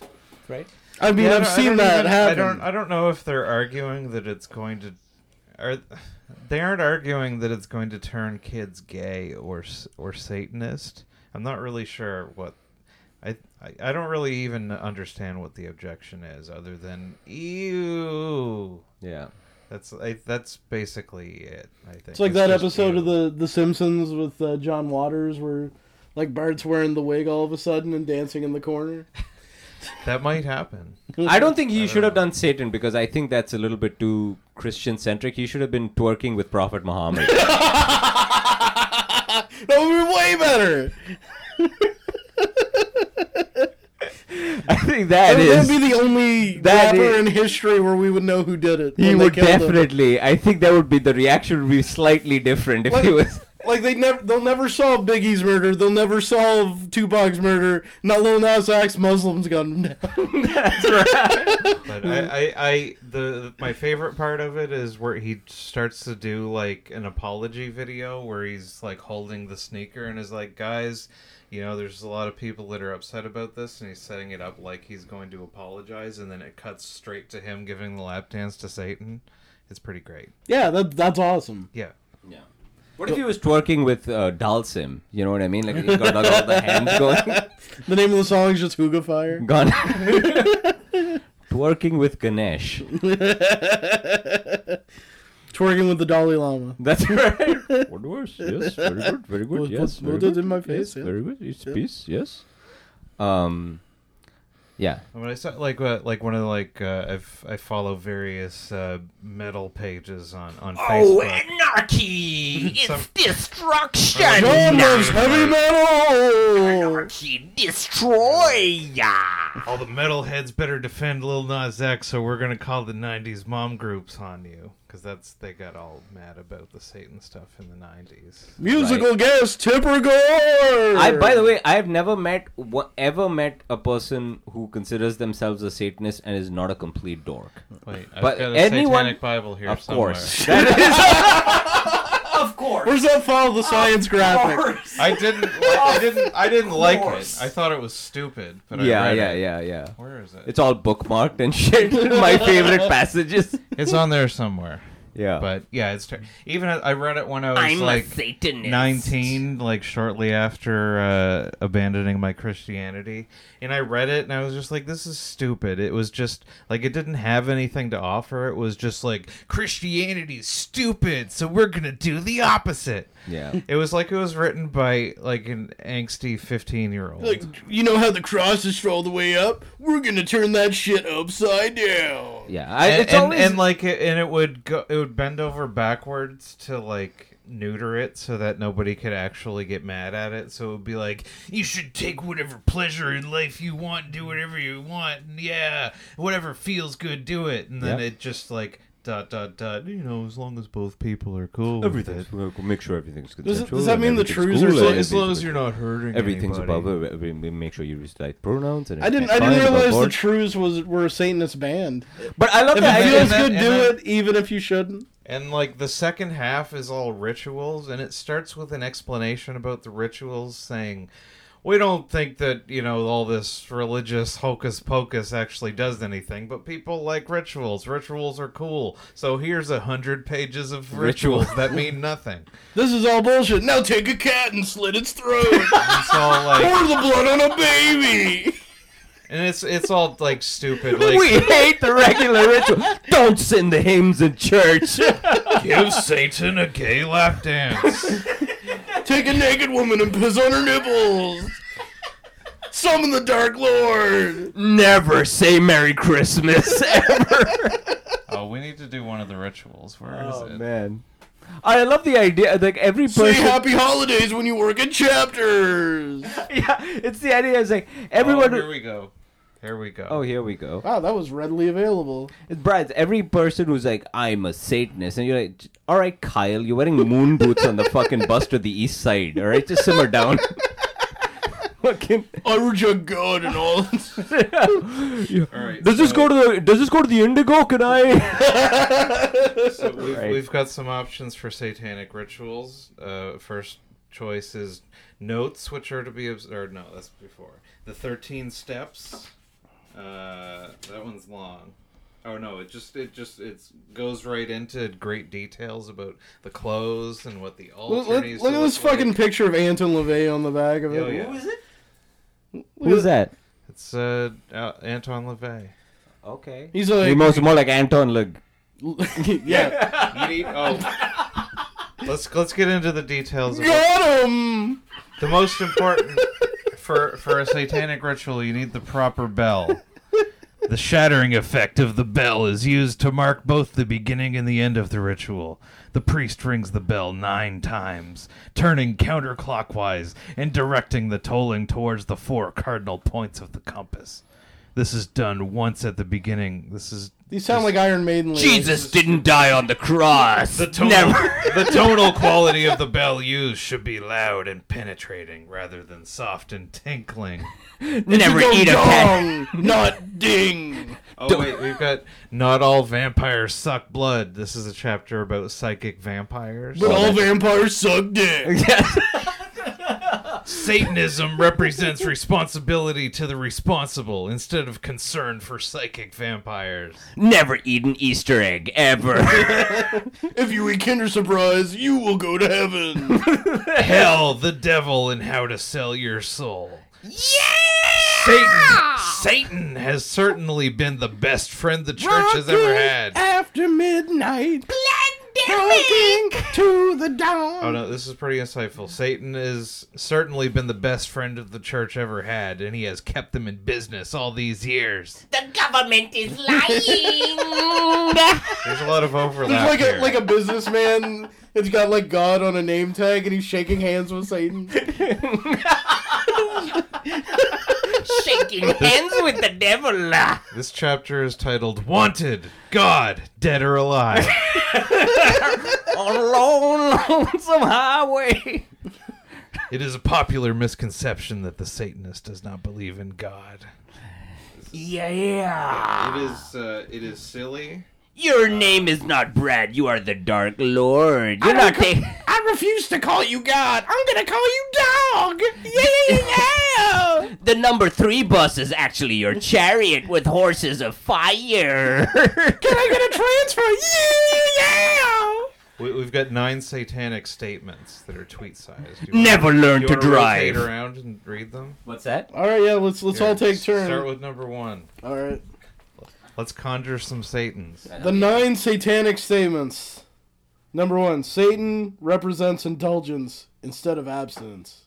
Speaker 2: right?
Speaker 1: I mean,
Speaker 3: Yeah,
Speaker 1: I've
Speaker 3: don't-
Speaker 1: seen
Speaker 3: don't
Speaker 1: that
Speaker 3: even-
Speaker 1: happen.
Speaker 3: I don't. I don't know if they're arguing that it's going to. Are they aren't arguing that it's going to turn kids gay or s- or Satanist? I'm not really sure what. I, I I don't really even understand what the objection is, other than ew.
Speaker 2: Yeah.
Speaker 3: That's I, that's basically it. I think
Speaker 1: It's like that
Speaker 3: just
Speaker 1: episode
Speaker 3: ew.
Speaker 1: of the The Simpsons with uh, John Waters where like Bart's wearing the wig all of a sudden and dancing in the corner.
Speaker 3: that might happen.
Speaker 2: I don't think he
Speaker 3: don't
Speaker 2: should have
Speaker 3: know.
Speaker 2: done Satan because I think that's a little bit too Christian centric. He should have been twerking with Prophet Muhammad.
Speaker 1: that would be way better.
Speaker 2: I think that
Speaker 1: That
Speaker 2: is.
Speaker 1: would be the only
Speaker 2: that
Speaker 1: rapper
Speaker 2: is-
Speaker 1: in history where we would know who did it.
Speaker 2: He
Speaker 1: when they
Speaker 2: would
Speaker 1: killed him.
Speaker 2: definitely. I think that would be the reaction would be slightly different if he
Speaker 1: Like-
Speaker 2: was.
Speaker 1: Like they never, they'll never solve Biggie's murder. They'll never solve Tupac's murder. Not Lil Nas X. Muslims got him down.
Speaker 3: But I, I, I, the my favorite part of it is where he starts to do like an apology video where he's like holding the sneaker and is like, guys, you know, there's a lot of people that are upset about this, and he's setting it up like he's going to apologize, and then it cuts straight to him giving the lap dance to Satan. It's pretty great.
Speaker 1: yeah, that, that's awesome.
Speaker 3: Yeah.
Speaker 2: Yeah. What if he was twerking with uh, Dalsim? You know what I mean? Like he's got like, all the hands going.
Speaker 1: The name of the song is just Hooga Fire.
Speaker 2: Gone. twerking with Ganesh.
Speaker 1: Twerking with the Dalai Lama.
Speaker 2: That's right. What was? Yes, very good, very good.
Speaker 1: Put-
Speaker 2: yes,
Speaker 1: put-
Speaker 2: very
Speaker 1: put
Speaker 2: good.
Speaker 1: it in my face,
Speaker 2: Yes,
Speaker 1: yeah.
Speaker 2: very good. It's
Speaker 1: Yeah.
Speaker 2: peace. Yes. Um. Yeah.
Speaker 3: And When I saw like uh, like one of the, like uh, I've, I follow various uh, metal pages on on
Speaker 2: Oh,
Speaker 3: Facebook.
Speaker 4: anarchy!
Speaker 3: Some-
Speaker 4: destruction!
Speaker 1: John loves heavy metal.
Speaker 4: Anarchy destroy!
Speaker 3: All the metalheads better defend Lil Nas X, so we're gonna call the '90s mom groups on you. because that's they got all mad about the Satan stuff in the '90s.
Speaker 1: Musical guest Tipper Gore.
Speaker 2: I, by the way, I have never met wa- ever met a person who considers themselves a Satanist and is not a complete dork.
Speaker 3: Wait, I've
Speaker 2: But
Speaker 3: got a
Speaker 2: anyone-
Speaker 3: satanic Bible here
Speaker 2: of
Speaker 3: somewhere.
Speaker 2: course, That is-
Speaker 4: Of course.
Speaker 1: where's that follow the science graphic?
Speaker 3: I didn't. Like, I didn't. I didn't like it.
Speaker 4: course.
Speaker 3: I thought it was stupid. But I
Speaker 2: yeah,
Speaker 3: read
Speaker 2: yeah,
Speaker 3: it.
Speaker 2: yeah, yeah.
Speaker 3: Where is it?
Speaker 2: It's all bookmarked and shit. My favorite passages.
Speaker 3: It's on there somewhere.
Speaker 2: Yeah,
Speaker 3: But yeah, it's ter- even I I read it when I was
Speaker 4: Oh. I'm
Speaker 3: like
Speaker 4: a Satanist.
Speaker 3: 19, like shortly after uh, abandoning my Christianity, and I read it and I was just like, "This is stupid." It was just like it didn't have anything to offer. It was just like Christianity's stupid, so we're gonna do the opposite.
Speaker 2: yeah.
Speaker 3: It was like it was written by like an angsty 15 year old.
Speaker 1: Like, you know how the cross is all the way up? We're gonna turn that shit upside down.
Speaker 2: Yeah, I,
Speaker 3: and,
Speaker 2: it's
Speaker 3: and-
Speaker 2: always
Speaker 3: and, like it, and it would go it would bend over backwards to like neuter it so that nobody could actually get mad at it so it would be like you should take whatever pleasure in life you want do whatever you want and yeah whatever feels good do it and then
Speaker 2: Yeah.
Speaker 3: it just like dot dot dot you know as long as both people are cool
Speaker 2: everything.
Speaker 3: with it.
Speaker 2: We'll make sure everything's
Speaker 1: Does it-
Speaker 2: consensual.
Speaker 1: does that
Speaker 2: and
Speaker 1: mean the
Speaker 2: everything's
Speaker 1: truths are
Speaker 2: cool
Speaker 1: so-
Speaker 2: and
Speaker 3: as long as
Speaker 2: everything's-
Speaker 3: you're not hurting
Speaker 2: everything's
Speaker 3: anybody.
Speaker 2: above. it, We we make sure you use the right pronouns. And
Speaker 1: I didn't. I
Speaker 2: everything's
Speaker 1: didn't
Speaker 2: fine,
Speaker 1: realize
Speaker 2: above
Speaker 1: the
Speaker 2: board.
Speaker 1: Trues was were a Satanist band.
Speaker 2: But I love
Speaker 1: If
Speaker 2: the
Speaker 1: it
Speaker 3: and
Speaker 2: idea.
Speaker 1: feels
Speaker 3: that-
Speaker 1: good,
Speaker 3: and
Speaker 1: do
Speaker 3: that-
Speaker 1: it, even if you shouldn't.
Speaker 3: And like the second half is all rituals, and it starts with an explanation about the rituals, saying, "We don't think that you know all this religious hocus pocus actually does anything, but people like rituals. Rituals are cool. So here's a hundred pages of
Speaker 2: Ritual.
Speaker 3: rituals that mean nothing.
Speaker 1: This is all bullshit. Now take a cat and slit its throat. Pour
Speaker 3: It's all like,
Speaker 1: the blood on a baby.
Speaker 3: and it's it's all like stupid. Like
Speaker 2: we hate the regular ritual. Don't sing the hymns in church.
Speaker 3: give Satan a gay lap dance.
Speaker 1: Take a naked woman and piss on her nipples. Summon the Dark Lord.
Speaker 2: Never say Merry Christmas ever.
Speaker 3: oh, we need to do one of the rituals. Where is it?
Speaker 2: Oh, man. I love the idea. Like every
Speaker 1: Say
Speaker 2: person,
Speaker 1: happy holidays when you work in chapters.
Speaker 2: yeah, it's the idea. It's like
Speaker 3: Oh,
Speaker 2: everyone.
Speaker 3: here we go. Here we go.
Speaker 2: oh, here we go.
Speaker 1: Wow, that was readily available.
Speaker 2: It's Brad, every person who's like, I'm a Satanist, and you're like, all right, Kyle, you're wearing moon boots on the fucking bus to the east side, all right? Just simmer down. fucking.
Speaker 1: I reject God and all.
Speaker 3: All right.
Speaker 2: Does this go to the? Does this go to the Indigo? Can I?
Speaker 3: So we've,
Speaker 2: Right.
Speaker 3: we've got some options for satanic rituals. Uh, first choice is notes, which are to be obs- or no, that's before the thirteen steps. Uh, that one's long. Oh no! It just it just it goes right into great details about the clothes and what the altar
Speaker 1: look, look-
Speaker 3: needs
Speaker 1: look
Speaker 3: to
Speaker 1: at this
Speaker 3: look
Speaker 1: fucking
Speaker 3: Like.
Speaker 1: picture of Anton LaVey on the back of it.
Speaker 3: Oh, yeah.
Speaker 4: it?
Speaker 2: Who's that?
Speaker 3: It's uh, uh Anton LaVey.
Speaker 2: Okay.
Speaker 1: He's like,
Speaker 2: He most more like Anton Lug.
Speaker 1: yeah,
Speaker 3: You need oh. Let's let's get into the details. Of what-
Speaker 1: got him.
Speaker 3: The most important for for a satanic ritual, you need the proper bell. The shattering effect of the bell is used to mark both the beginning and the end of the ritual. The priest rings the bell nine times, turning counterclockwise and directing the tolling towards the four cardinal points of the compass. This is done once at the beginning. This is
Speaker 1: These sound like Iron Maiden. lyrics.
Speaker 4: Jesus didn't die on the cross.
Speaker 3: the tonal, the tonal quality of the bell used should be loud and penetrating rather than soft and tinkling.
Speaker 4: Never
Speaker 1: Go
Speaker 4: eat a
Speaker 1: dong,
Speaker 4: cat.
Speaker 1: not ding.
Speaker 3: Oh wait, we've got not all vampires suck blood. This is a chapter about psychic vampires.
Speaker 1: But all vampires suck dick.
Speaker 3: Satanism represents responsibility to the responsible instead of concern for psychic vampires.
Speaker 4: Never eat an Easter egg ever.
Speaker 1: If you eat Kinder Surprise, you will go to heaven.
Speaker 3: Hell, the devil, and how to sell your soul.
Speaker 4: yeah.
Speaker 3: Satan, Satan has certainly been the best friend the church has ever had.
Speaker 1: After midnight, talking to the dawn.
Speaker 3: Oh no, this is pretty insightful. Satan has certainly been the best friend of the church ever had, and he has kept them in business all these years.
Speaker 4: The government is lying.
Speaker 3: There's a lot of overlap.
Speaker 1: There's like
Speaker 3: here.
Speaker 1: a like a businessman that's got like God on a name tag and he's shaking hands with Satan.
Speaker 4: Shake shaking hands with the devil. ah.
Speaker 3: This chapter is titled Wanted, God, Dead or Alive.
Speaker 2: On a lone, lonesome highway.
Speaker 3: it is a popular misconception that the Satanist does not believe in God.
Speaker 4: Yeah.
Speaker 3: It is uh, it is silly.
Speaker 4: Your name is not Brad. You are the Dark Lord. You're not. Ta-
Speaker 1: I refuse to call you God. I'm gonna call you dog. Yeah, yeah,
Speaker 4: the number three bus is actually your chariot with horses of fire.
Speaker 1: I'm gonna transfer. Yeah,
Speaker 3: We, we've got nine satanic statements that are tweet sized.
Speaker 4: Never learn
Speaker 3: you
Speaker 4: to
Speaker 3: wanna rotate
Speaker 4: drive.
Speaker 3: around and read them.
Speaker 2: What's that?
Speaker 1: All right, yeah. Let's let's
Speaker 3: Here,
Speaker 1: all take
Speaker 3: s- Start
Speaker 1: turns.
Speaker 3: with number one.
Speaker 1: All right.
Speaker 3: Let's conjure some Satans.
Speaker 1: The nine satanic statements. Number one, Satan represents indulgence instead of abstinence.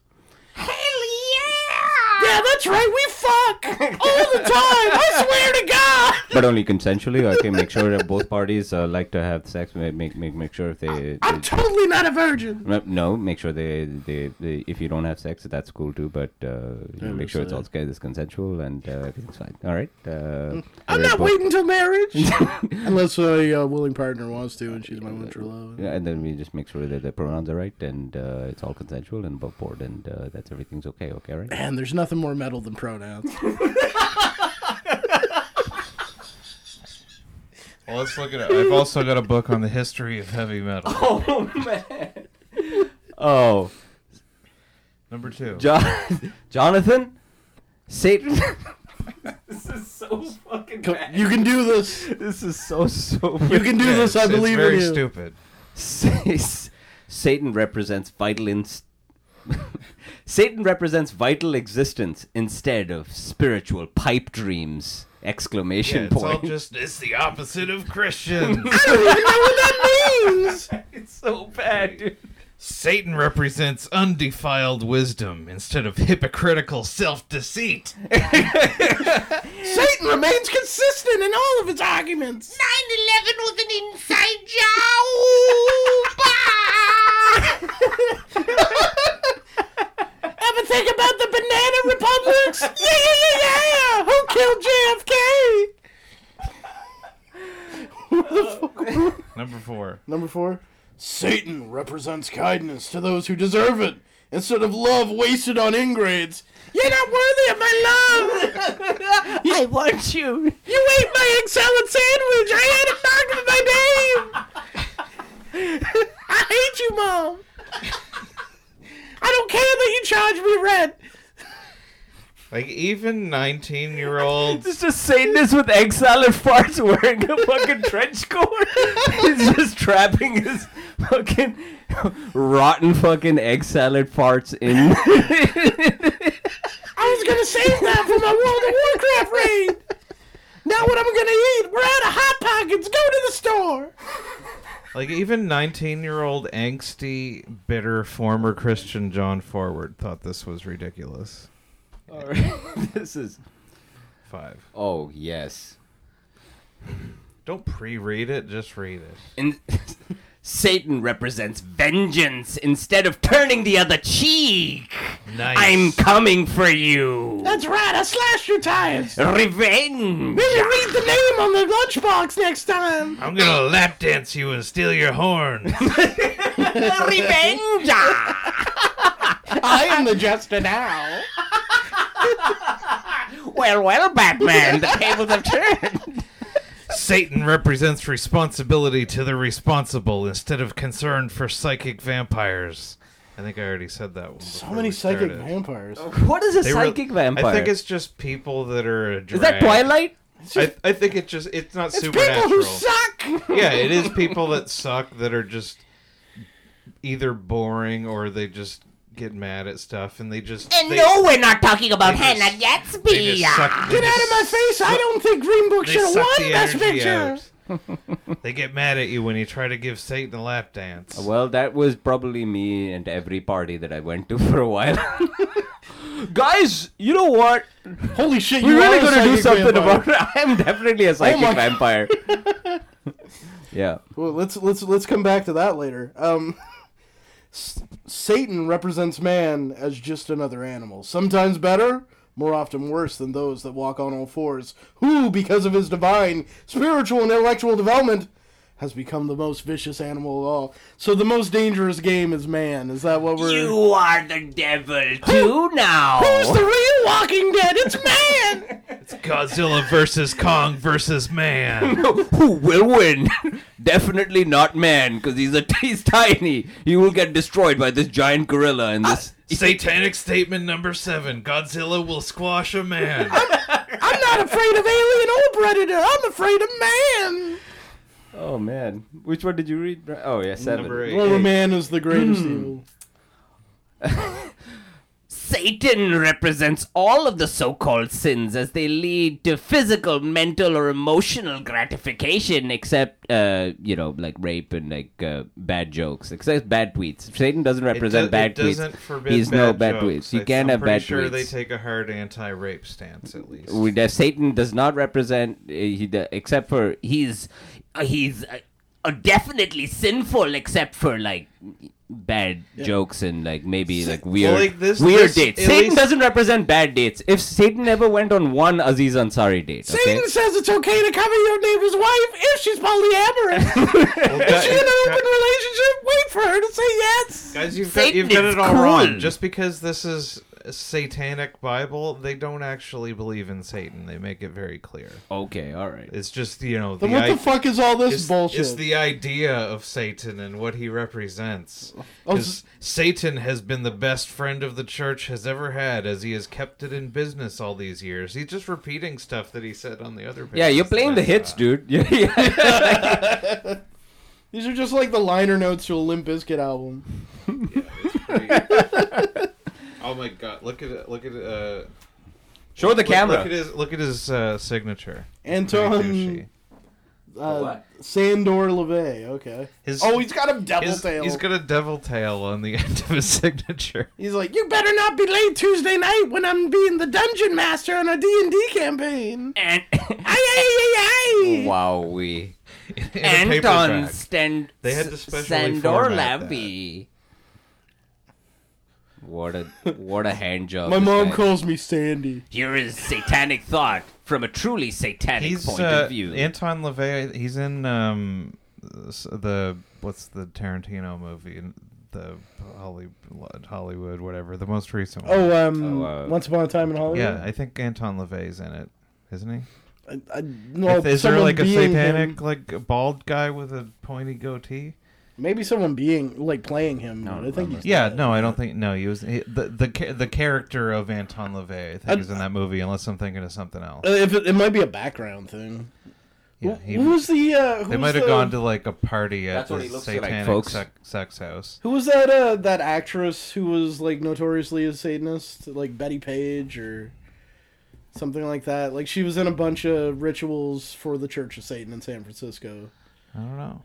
Speaker 1: Yeah, that's right. We fuck all the time. I swear to God.
Speaker 2: But only consensually. I can make sure that both parties uh, like to have sex. Make make make, make sure if they,
Speaker 1: I'm totally not a virgin.
Speaker 2: they- no, make sure they, they they if you don't have sex, that's cool too. But uh, you know, make sure it's all it's consensual and uh, everything's fine. All right. Uh,
Speaker 1: Mm. I'm not waiting till marriage. Unless my uh, willing partner wants to, and she's my winter love.
Speaker 2: Yeah, and then we just make sure that the pronouns are right and uh, it's all consensual and above board and uh, that's everything's okay. Okay, right?
Speaker 1: Man, there's nothing more metal than pronouns.
Speaker 3: Well, let's look it up. I've also got a book on the history of heavy metal.
Speaker 2: Oh man. oh,
Speaker 3: Number two.
Speaker 2: John, Jonathan, Satan. this is so fucking.
Speaker 1: Come- you can do this.
Speaker 2: This is so so.
Speaker 1: You can do
Speaker 3: Yeah,
Speaker 1: this. I
Speaker 3: it's-
Speaker 1: believe
Speaker 3: it's very
Speaker 1: in you.
Speaker 3: stupid.
Speaker 2: Sa- Satan represents vital ins Satan represents vital existence instead of spiritual pipe dreams! Exclamation
Speaker 3: Yeah, it's all
Speaker 2: point.
Speaker 3: just it's the opposite of Christians.
Speaker 2: it's so bad, dude.
Speaker 3: Satan represents undefiled wisdom instead of hypocritical self-deceit.
Speaker 1: Satan remains consistent in all of its arguments.
Speaker 4: 9-11 was an inside job.
Speaker 1: Ever think about the banana republics? yeah, yeah, yeah, yeah. Who killed JFK?
Speaker 3: Number four.
Speaker 1: Number four. Satan represents kindness to those who deserve it instead of love wasted on ingrates. You're not worthy of my love.
Speaker 4: I want you.
Speaker 1: You ate my egg salad sandwich. I had it marked with my name. I hate you, mom. I don't care that you charge me rent.
Speaker 3: Like even 19-year-olds
Speaker 2: It's just Satanist with egg salad farts wearing a fucking trench coat. He's just trapping his fucking rotten fucking egg salad farts in.
Speaker 1: I was gonna save that for my World of Warcraft raid. Now what I'm gonna eat? We're out of hot pockets. Go to the store.
Speaker 3: like even 19-year-old angsty bitter former Christian John Forward thought this was ridiculous.
Speaker 2: this is.
Speaker 3: 5.
Speaker 2: Oh, yes.
Speaker 3: Don't pre-read it, just read it.
Speaker 4: And Satan represents vengeance instead of turning the other cheek.
Speaker 3: Nice.
Speaker 4: I'm coming for you.
Speaker 1: That's right. I slashed your tires.
Speaker 4: Revenge.
Speaker 1: Maybe read the name on the lunchbox next time.
Speaker 3: I'm going to lap dance you and steal your horn.
Speaker 4: Revenge.
Speaker 1: I am the jester now.
Speaker 4: well, well, Batman, the tables have turned.
Speaker 3: Satan represents responsibility to the responsible instead of concern for psychic vampires. I think I already said that one.
Speaker 1: So many psychic vampires.
Speaker 2: What is a psychic vampire?
Speaker 3: I think it's just people that are. A drag.
Speaker 2: Is that Twilight?
Speaker 3: I, I think it just it's not supernatural.
Speaker 1: People who suck.
Speaker 3: yeah, it is people that suck that are just either boring or they just get mad at stuff and they just
Speaker 4: And
Speaker 3: they,
Speaker 4: no, we're not talking about
Speaker 3: they just-
Speaker 4: Hannah
Speaker 3: they just
Speaker 4: Gatsby.
Speaker 3: suck- they
Speaker 1: Get out
Speaker 3: just
Speaker 1: of my face! I don't think Green Book
Speaker 3: They
Speaker 1: should have
Speaker 3: suck
Speaker 1: won
Speaker 3: the
Speaker 1: Best
Speaker 3: energy
Speaker 1: Picture.
Speaker 3: out. they get mad at you when you try to give Satan a lap dance.
Speaker 2: Well, that was probably me and every party that I went to for a while. Guys, you know what?
Speaker 1: Holy shit!
Speaker 2: We're
Speaker 1: you
Speaker 2: really
Speaker 1: are a
Speaker 2: gonna do
Speaker 1: psychic
Speaker 2: something
Speaker 1: vampire.
Speaker 2: about it. Oh I am definitely a psychic
Speaker 1: my-
Speaker 2: vampire. yeah.
Speaker 1: Well, let's let's let's come back to that later. Um, S- Satan represents man as just another animal, sometimes better, more often worse than those that walk on all fours, who, because of his divine, spiritual, and intellectual development, has become the most vicious animal of all. So the most dangerous game is man. Is that what we're.
Speaker 4: You are the devil too now.
Speaker 1: Who's the real Walking Dead? It's man!
Speaker 3: It's Godzilla versus Kong versus man.
Speaker 2: Who will win? Definitely not man, because he's a he's tiny. He will get destroyed by this giant gorilla and this.
Speaker 3: Satanic statement number seven: Godzilla will squash a man.
Speaker 1: I'm not afraid of alien or predator. I'm afraid of man.
Speaker 2: oh man, which one did you read? Oh yeah, seven.
Speaker 3: Number eight.
Speaker 1: Well, man is the greatest evil.
Speaker 4: Satan represents all of the so called sins as they lead to physical, mental, or emotional gratification, except, uh, you know, like rape and like uh, bad jokes, except bad tweets. Satan doesn't
Speaker 3: It
Speaker 4: represent
Speaker 3: do-
Speaker 2: bad
Speaker 3: it doesn't
Speaker 2: tweets.
Speaker 3: forbid
Speaker 2: He's
Speaker 3: bad
Speaker 2: no bad
Speaker 3: jokes.
Speaker 2: tweets. You
Speaker 3: I-
Speaker 2: can
Speaker 3: I'm
Speaker 2: have
Speaker 3: pretty
Speaker 2: bad
Speaker 3: sure they
Speaker 2: tweets.
Speaker 3: take a hard anti-rape stance at least.
Speaker 2: We, that Satan does not represent uh, he do- except for
Speaker 4: he's uh, he's uh, uh, definitely sinful except for like
Speaker 2: bad jokes and like maybe like
Speaker 3: well,
Speaker 2: weird
Speaker 3: like, this-
Speaker 2: weird
Speaker 3: this-
Speaker 2: dates.
Speaker 3: at
Speaker 2: Satan
Speaker 3: least-
Speaker 2: doesn't represent bad dates. If Satan ever went on one Aziz Ansari date, okay?
Speaker 1: Satan says it's okay to cover your neighbor's wife if she's polyamorous. Is she in an open relationship? Wait for her to say yes.
Speaker 3: Guys, you've got, you've got
Speaker 4: Satan is
Speaker 3: it all
Speaker 4: cruel.
Speaker 3: wrong. Just because this is a satanic Bible, they don't actually believe in Satan. They make it very clear.
Speaker 2: Okay, all right.
Speaker 3: It's just you know the,
Speaker 1: Then what
Speaker 3: i-
Speaker 1: the fuck is all this
Speaker 3: It's,
Speaker 1: bullshit?
Speaker 3: it's the idea of Satan and what he represents.
Speaker 1: Oh,
Speaker 3: 'Cause Satan has been the best friend of the church has ever had, as he has kept it in business all these years. He's just repeating stuff that he said on the other.
Speaker 2: Yeah, you're
Speaker 3: pages uh,
Speaker 2: playing the
Speaker 3: that I
Speaker 2: hits,
Speaker 3: saw.
Speaker 2: dude. Yeah, yeah.
Speaker 1: These are just like the liner notes to a Limp Bizkit album.
Speaker 3: oh my god! Look at it! Look at uh,
Speaker 2: Show the
Speaker 3: look,
Speaker 2: camera.
Speaker 3: Look at his look at his uh, signature. Very douchey.
Speaker 1: Anton uh,
Speaker 2: What?
Speaker 1: Sandor LeVay. Okay.
Speaker 3: His-
Speaker 1: oh, he's got a devil
Speaker 3: His-
Speaker 1: tail.
Speaker 3: he's got a devil tail on the end of his signature.
Speaker 1: He's like, you better not be late Tuesday night when I'm being the dungeon master on a D&D campaign.
Speaker 4: and
Speaker 1: Aye, aye, aye, aye.
Speaker 2: Wow, we.
Speaker 3: in a
Speaker 4: Anton
Speaker 3: paperback.
Speaker 4: Stand
Speaker 3: They had to specially
Speaker 4: Sandor
Speaker 3: format
Speaker 4: Lavi.
Speaker 2: What a what a hand job.
Speaker 1: My
Speaker 2: this
Speaker 1: mom
Speaker 2: guy-
Speaker 1: calls me Sandy.
Speaker 4: Here is satanic thought from a truly satanic
Speaker 3: He's
Speaker 4: point
Speaker 3: uh,
Speaker 4: of view.
Speaker 3: Anton LaVey. He's in um s- the what's the Tarantino movie in the Holly, Hollywood whatever the most recent one.
Speaker 1: Oh, um,
Speaker 2: Oh, uh,
Speaker 1: Once Upon a Time in Hollywood.
Speaker 3: yeah, I think Anton LaVey's in it, isn't he?
Speaker 1: I, I, well,
Speaker 3: Is there
Speaker 1: someone
Speaker 3: like a
Speaker 1: being
Speaker 3: satanic
Speaker 1: him-
Speaker 3: like bald guy with a pointy goatee?
Speaker 1: maybe someone being like playing him. but I think he's
Speaker 3: Yeah, no, I don't think. No, he was he, the the ca- the character of Anton LaVey. I think is in that movie, unless I'm thinking of something else.
Speaker 1: Uh, If it, it might be a background thing.
Speaker 3: Yeah,
Speaker 1: Wh-
Speaker 3: he,
Speaker 1: who was the? Uh, who
Speaker 3: they
Speaker 1: was
Speaker 3: might have
Speaker 1: the-
Speaker 3: gone to like a party at
Speaker 2: That's what
Speaker 3: the
Speaker 2: he looks like,
Speaker 3: satanic
Speaker 2: folks.
Speaker 3: sex, sex house.
Speaker 1: Who was that? Uh, that actress who was like notoriously a Satanist, like Betty Page or something like that. Like she was in a bunch of rituals for the Church of Satan in San Francisco.
Speaker 3: I don't know.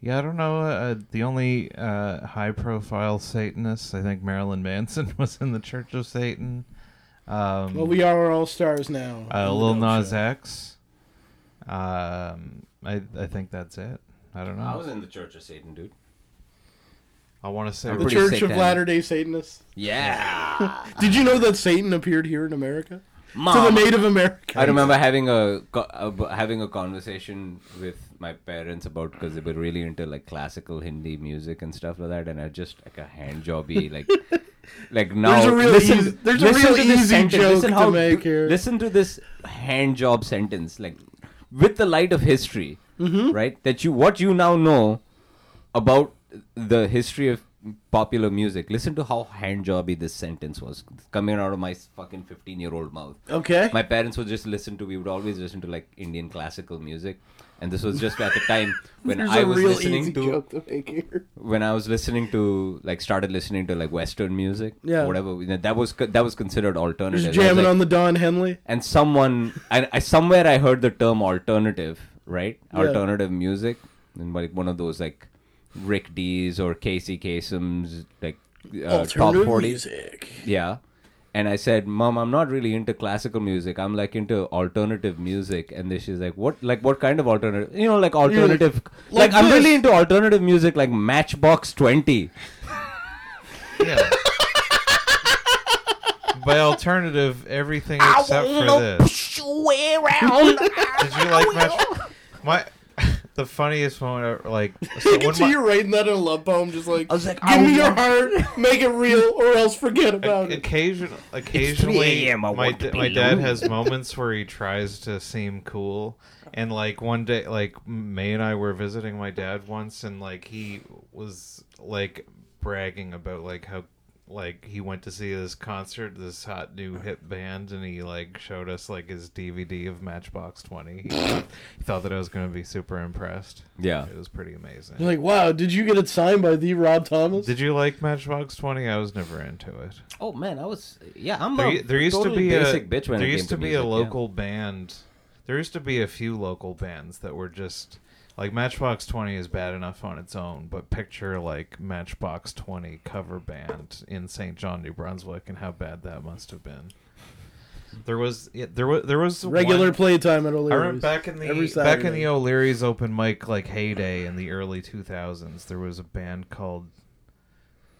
Speaker 3: Yeah, I don't know. Uh, the only uh, high-profile Satanists, I think Marilyn Manson was in the Church of Satan. Um,
Speaker 1: Well, we are all stars now.
Speaker 3: uh,
Speaker 1: on the
Speaker 3: Lil
Speaker 1: Dope
Speaker 3: Nas
Speaker 1: Show.
Speaker 3: X. Um, I I think that's it. I don't know. I,
Speaker 2: I was in the Church of Satan, dude.
Speaker 3: want to say
Speaker 1: The
Speaker 2: pretty
Speaker 1: Church of
Speaker 2: satanic.
Speaker 1: Latter Day Satanists.
Speaker 2: Yeah.
Speaker 1: Did you know that Satan appeared here in America to the
Speaker 4: Mom,
Speaker 1: Native Americans?
Speaker 2: I remember having a co- ab- having a conversation with my parents about because they were really into like classical Hindi music and stuff like that, and I just like a hand jobby like like now
Speaker 1: a real
Speaker 2: listen,
Speaker 1: easy- there's a
Speaker 2: listen
Speaker 1: real
Speaker 2: to this
Speaker 1: easy
Speaker 2: sentence,
Speaker 1: joke
Speaker 2: listen
Speaker 1: to
Speaker 2: how,
Speaker 1: make here.
Speaker 2: Listen to this hand job sentence like with the light of history,
Speaker 1: Mm-hmm.
Speaker 2: right? That you what you now know about the history of popular music. Listen to how hand jobby this sentence was coming out of my fucking fifteen year old mouth
Speaker 1: Okay.
Speaker 2: my parents would just listen to we would always listen to like indian classical music and this was just at the time when
Speaker 1: There's
Speaker 2: i
Speaker 1: a
Speaker 2: was
Speaker 1: real
Speaker 2: listening
Speaker 1: easy
Speaker 2: to
Speaker 1: joke to make here.
Speaker 2: when i was listening to like started listening to like western music
Speaker 1: Yeah.
Speaker 2: whatever you know, that was co- that was considered alternative
Speaker 1: Just
Speaker 2: I was
Speaker 1: jamming
Speaker 2: like-
Speaker 1: on the Don Henley.
Speaker 2: and someone I, I somewhere i heard the term alternative right
Speaker 1: Yeah.
Speaker 2: alternative music and like one of those like rick d's or casey Kasem's like uh, top 40
Speaker 1: music.
Speaker 2: yeah. And I said, Mom, I'm not really into classical music. I'm like into alternative music. And then she's like, What like what kind of alternative you know, like alternative like,
Speaker 1: like
Speaker 2: I'm really
Speaker 1: this.
Speaker 2: into alternative music like Matchbox twenty.
Speaker 3: yeah. by alternative, everything except for this.
Speaker 4: way around.
Speaker 3: Did you like Mesh? My the funniest moment, ever, like so
Speaker 1: I can
Speaker 3: when
Speaker 1: see
Speaker 3: my-
Speaker 1: you writing that in a love poem, just like,
Speaker 4: I was like,
Speaker 1: give
Speaker 4: I
Speaker 1: me your
Speaker 4: want-
Speaker 1: heart, make it real, or else forget about it.
Speaker 3: occasion, occasionally,
Speaker 4: 3 a.m., I
Speaker 3: my
Speaker 4: want
Speaker 3: d-
Speaker 4: to
Speaker 3: my
Speaker 4: be
Speaker 3: dad
Speaker 4: alone.
Speaker 3: has moments where he tries to seem cool, and like one day, like May and I were visiting my dad once, and like he was like bragging about like how like he went to see this concert, this hot new hip band, and he like showed us like his DVD of Matchbox Twenty. He thought, he thought that I was gonna be super impressed.
Speaker 2: Yeah.
Speaker 3: it was pretty amazing.
Speaker 1: You're like, wow, did you get it signed by the Rob Thomas?
Speaker 3: Did you like Matchbox Twenty? I was never into it.
Speaker 4: oh man, I was yeah. I'm
Speaker 3: There,
Speaker 4: a,
Speaker 3: there used to
Speaker 2: totally
Speaker 3: be a
Speaker 2: basic bitch when
Speaker 3: there
Speaker 2: it came
Speaker 3: used to,
Speaker 2: to
Speaker 3: be a
Speaker 2: music, yeah.
Speaker 3: local band. There used to be a few local bands that were just like Matchbox Twenty is bad enough on its own, but picture like Matchbox Twenty cover band in St. John, New Brunswick, and how bad that must have been. There was yeah, there was there was
Speaker 1: Regular
Speaker 3: one-
Speaker 1: playtime at
Speaker 3: I
Speaker 1: O'Leary's.
Speaker 3: remember back in
Speaker 1: every
Speaker 3: the back in
Speaker 1: Saturday.
Speaker 3: the O'Leary's open mic like heyday in the early 2000s. There was a band called.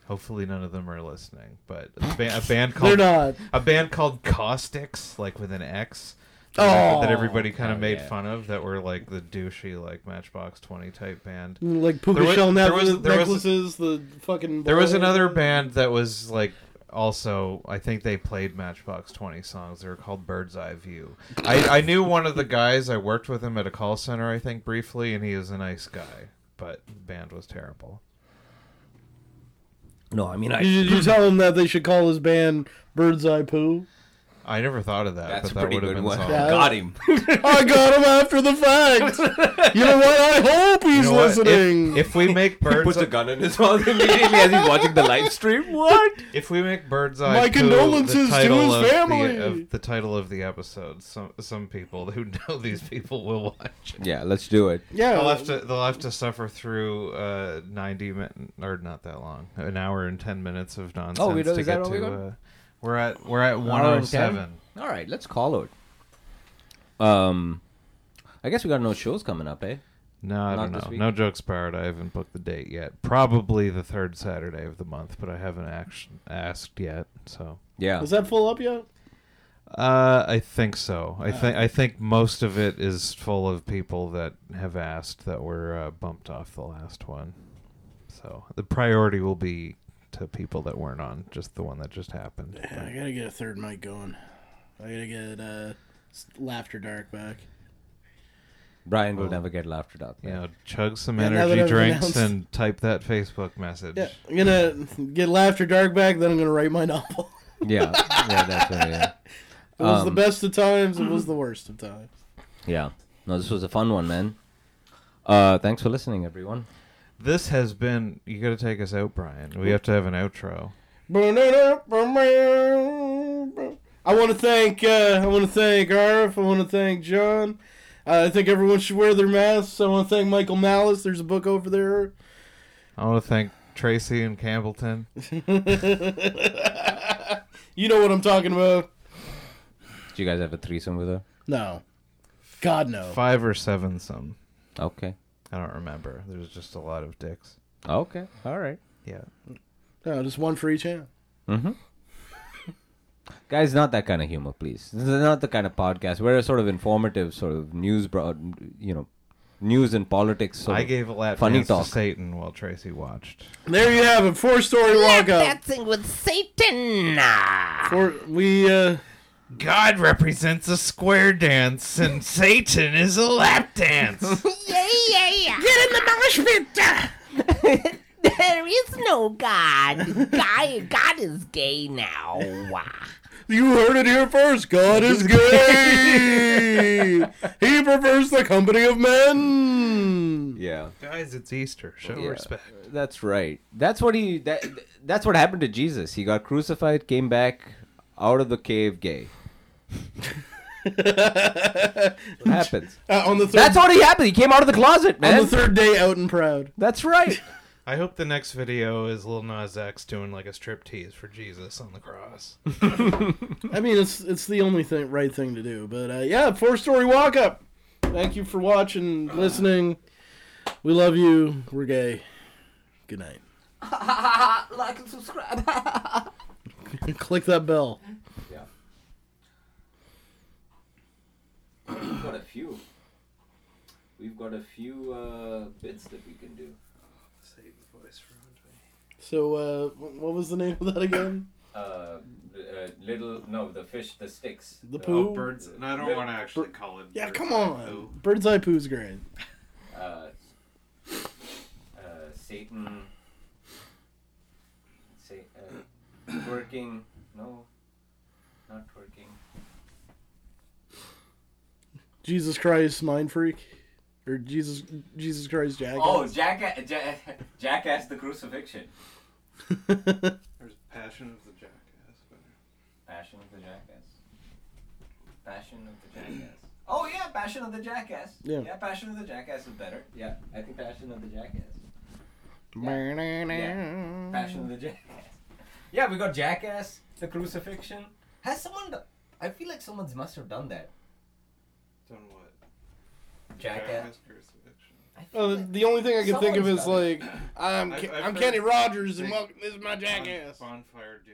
Speaker 3: Hopefully, none of them are listening, but a, ba- a band
Speaker 1: They're
Speaker 3: called
Speaker 1: not.
Speaker 3: a band called Caustics, like with an X.
Speaker 1: Oh.
Speaker 3: that everybody kind of
Speaker 2: Oh,
Speaker 3: made
Speaker 2: yeah.
Speaker 3: fun of. That were like the douchey, like Matchbox Twenty type band.
Speaker 1: Like puka
Speaker 3: There was-
Speaker 1: shell
Speaker 3: there
Speaker 1: neck-
Speaker 3: was- there was-
Speaker 1: necklaces, the fucking.
Speaker 3: There was
Speaker 1: balls.
Speaker 3: another band that was like also I think they played Matchbox Twenty songs. They were called Bird's Eye View. I, I knew one of the guys. I worked with him at a call center, I think, briefly, and he was a nice guy. But the band was terrible.
Speaker 4: no, I mean I.
Speaker 1: Did you tell him that they should call his band Bird's Eye Poo?
Speaker 3: I never thought of that,
Speaker 2: That's a
Speaker 3: but that
Speaker 2: pretty good
Speaker 3: would have been
Speaker 2: one.
Speaker 3: song.
Speaker 1: Yeah.
Speaker 2: Got him.
Speaker 1: I got him after the fact. You know what? I hope he's
Speaker 3: You know what? If-
Speaker 1: listening.
Speaker 3: If, we make birds,
Speaker 2: Puts a gun in his mouth immediately as he's watching the live stream. What?
Speaker 3: If we make Bird's Eye
Speaker 1: My
Speaker 3: Poo
Speaker 1: condolences to
Speaker 3: the title
Speaker 1: his
Speaker 3: of the-
Speaker 1: family.
Speaker 3: of the title of the episode, some some people who know these people will watch. It.
Speaker 2: Yeah, let's do it.
Speaker 1: yeah,
Speaker 3: They'll have to they'll have to suffer through uh, ninety min- or not that long, an hour and ten minutes of nonsense
Speaker 2: Oh, we don't-
Speaker 3: to
Speaker 2: is that
Speaker 3: get
Speaker 2: all we
Speaker 3: to.
Speaker 2: got?
Speaker 3: uh, we're at we're at one
Speaker 2: Hour
Speaker 3: oh
Speaker 2: and ten?
Speaker 3: seven.
Speaker 2: All right, let's call it. Um, I guess we got no shows coming up, eh?
Speaker 3: No, I
Speaker 2: Not
Speaker 3: don't
Speaker 2: this
Speaker 3: know.
Speaker 2: week?
Speaker 3: No jokes barred. I haven't booked the date yet. Probably the third Saturday of the month, but I haven't action asked yet. So
Speaker 2: Yeah.
Speaker 1: Is that full up yet?
Speaker 3: Uh, I think so. I
Speaker 1: Uh-huh.
Speaker 3: think I think most of it is full of people that have asked that were uh, bumped off the last one. So the priority will be to people that weren't on, just the one that just happened.
Speaker 1: I gotta get a third mic going. I gotta get uh, s- Laughter Dark back.
Speaker 2: Brian will never get laughed at.
Speaker 3: You know, chug some
Speaker 1: Yeah, now that
Speaker 3: energy
Speaker 1: I've announced-
Speaker 3: drinks and type that Facebook message.
Speaker 1: Yeah, I'm gonna get Laughter Dark back. Then I'm gonna write my novel.
Speaker 2: Yeah. Yeah, that's right. Yeah.
Speaker 1: It was the
Speaker 2: Um,
Speaker 1: best of times. It was the worst of times.
Speaker 2: yeah. No, this was a fun one, man. Uh, thanks for listening, everyone.
Speaker 3: This has been. You got to take us out, Brian. We have to have an outro.
Speaker 1: I want to thank uh, I want to thank Arf. I want to thank John. Uh, I think everyone should wear their masks. I want to thank Michael Malice. There's a book over there.
Speaker 3: I want to thank Tracy and Campbellton.
Speaker 1: Oh. You know what I'm talking about?
Speaker 2: Did you guys have a threesome with her?
Speaker 1: No, God no.
Speaker 3: Five or seven, some.
Speaker 2: Okay.
Speaker 3: I don't remember. There's just a lot of dicks.
Speaker 2: Okay. All right.
Speaker 3: Yeah.
Speaker 1: No, just one for each hand.
Speaker 2: Guys, not that kind of humor, please. This is not the kind of podcast. We're a sort of informative, sort of news, broad, you know, news and politics. Sort
Speaker 3: I
Speaker 2: of.
Speaker 3: gave a lap
Speaker 2: Funny
Speaker 3: dance
Speaker 2: talk.
Speaker 3: to Satan while Tracy watched.
Speaker 1: There you have it. Four story walk up.
Speaker 4: Dancing with Satan.
Speaker 1: Four, we uh,
Speaker 3: God represents a square dance and Satan is a lap dance.
Speaker 4: Yeah, yeah, yeah. Get in the mosh pit. there is no God. God, God is gay now.
Speaker 1: you heard it here first. God is gay. he prefers the company of men.
Speaker 2: Yeah.
Speaker 3: Guys, it's Easter. Show
Speaker 2: Yeah.
Speaker 3: respect.
Speaker 2: That's right. That's what he. That, that's what happened to Jesus. He got crucified, came back out of the cave, gay. What happens.
Speaker 1: Uh, on the third
Speaker 2: That's already happened. He came out of the closet,
Speaker 1: on
Speaker 2: man.
Speaker 1: the third day out and proud.
Speaker 2: that's right.
Speaker 3: I hope the next video is Lil Nas X doing like a strip tease for Jesus on the cross.
Speaker 1: I mean, it's it's the only thing right thing to do. But uh, yeah, four story walk up. Thank you for watching, listening. We love you. We're gay. Good night.
Speaker 4: like and subscribe.
Speaker 1: Click that bell.
Speaker 2: few. We've got a few uh, bits that we can do.
Speaker 3: Save the voice for Andre.
Speaker 1: So, uh, wh- what was the name of that again?
Speaker 2: Uh, uh, little no, the fish, the sticks,
Speaker 1: The
Speaker 2: Uh,
Speaker 1: poo?
Speaker 3: Oh, birds. And I don't want to actually call it.
Speaker 1: Yeah,
Speaker 3: birds.
Speaker 1: come on. Bird's Eye Poo's great.
Speaker 2: uh, uh, Satan, say, uh, twerking. No, not twerking.
Speaker 1: Jesus Christ, Mind Freak, or Jesus Jesus Christ Jackass.
Speaker 2: Oh, Jack, Jack, Jackass the crucifixion.
Speaker 3: There's Passion of the Jackass. but-
Speaker 2: Passion of the Jackass. Passion of the Jackass. Oh yeah, Passion of the Jackass.
Speaker 1: Yeah.
Speaker 2: Passion of the Jackass is better. Yeah, I think Passion of the Jackass. Passion of the Jackass. Yeah, we got Jackass, the crucifixion. Has someone? do- I feel like someone's must have done that.
Speaker 3: Done what?
Speaker 2: Jackass.
Speaker 3: crucifixion.
Speaker 2: I feel
Speaker 1: Uh,
Speaker 2: like-
Speaker 1: the only thing I can think of
Speaker 2: Someone's
Speaker 1: is
Speaker 2: done
Speaker 1: like I'm
Speaker 3: I've-
Speaker 1: Ke-
Speaker 3: I've
Speaker 1: I'm
Speaker 3: heard-
Speaker 1: Kenny Rogers and
Speaker 3: Hey.
Speaker 1: welcome, this is my jackass.
Speaker 3: Bonfire do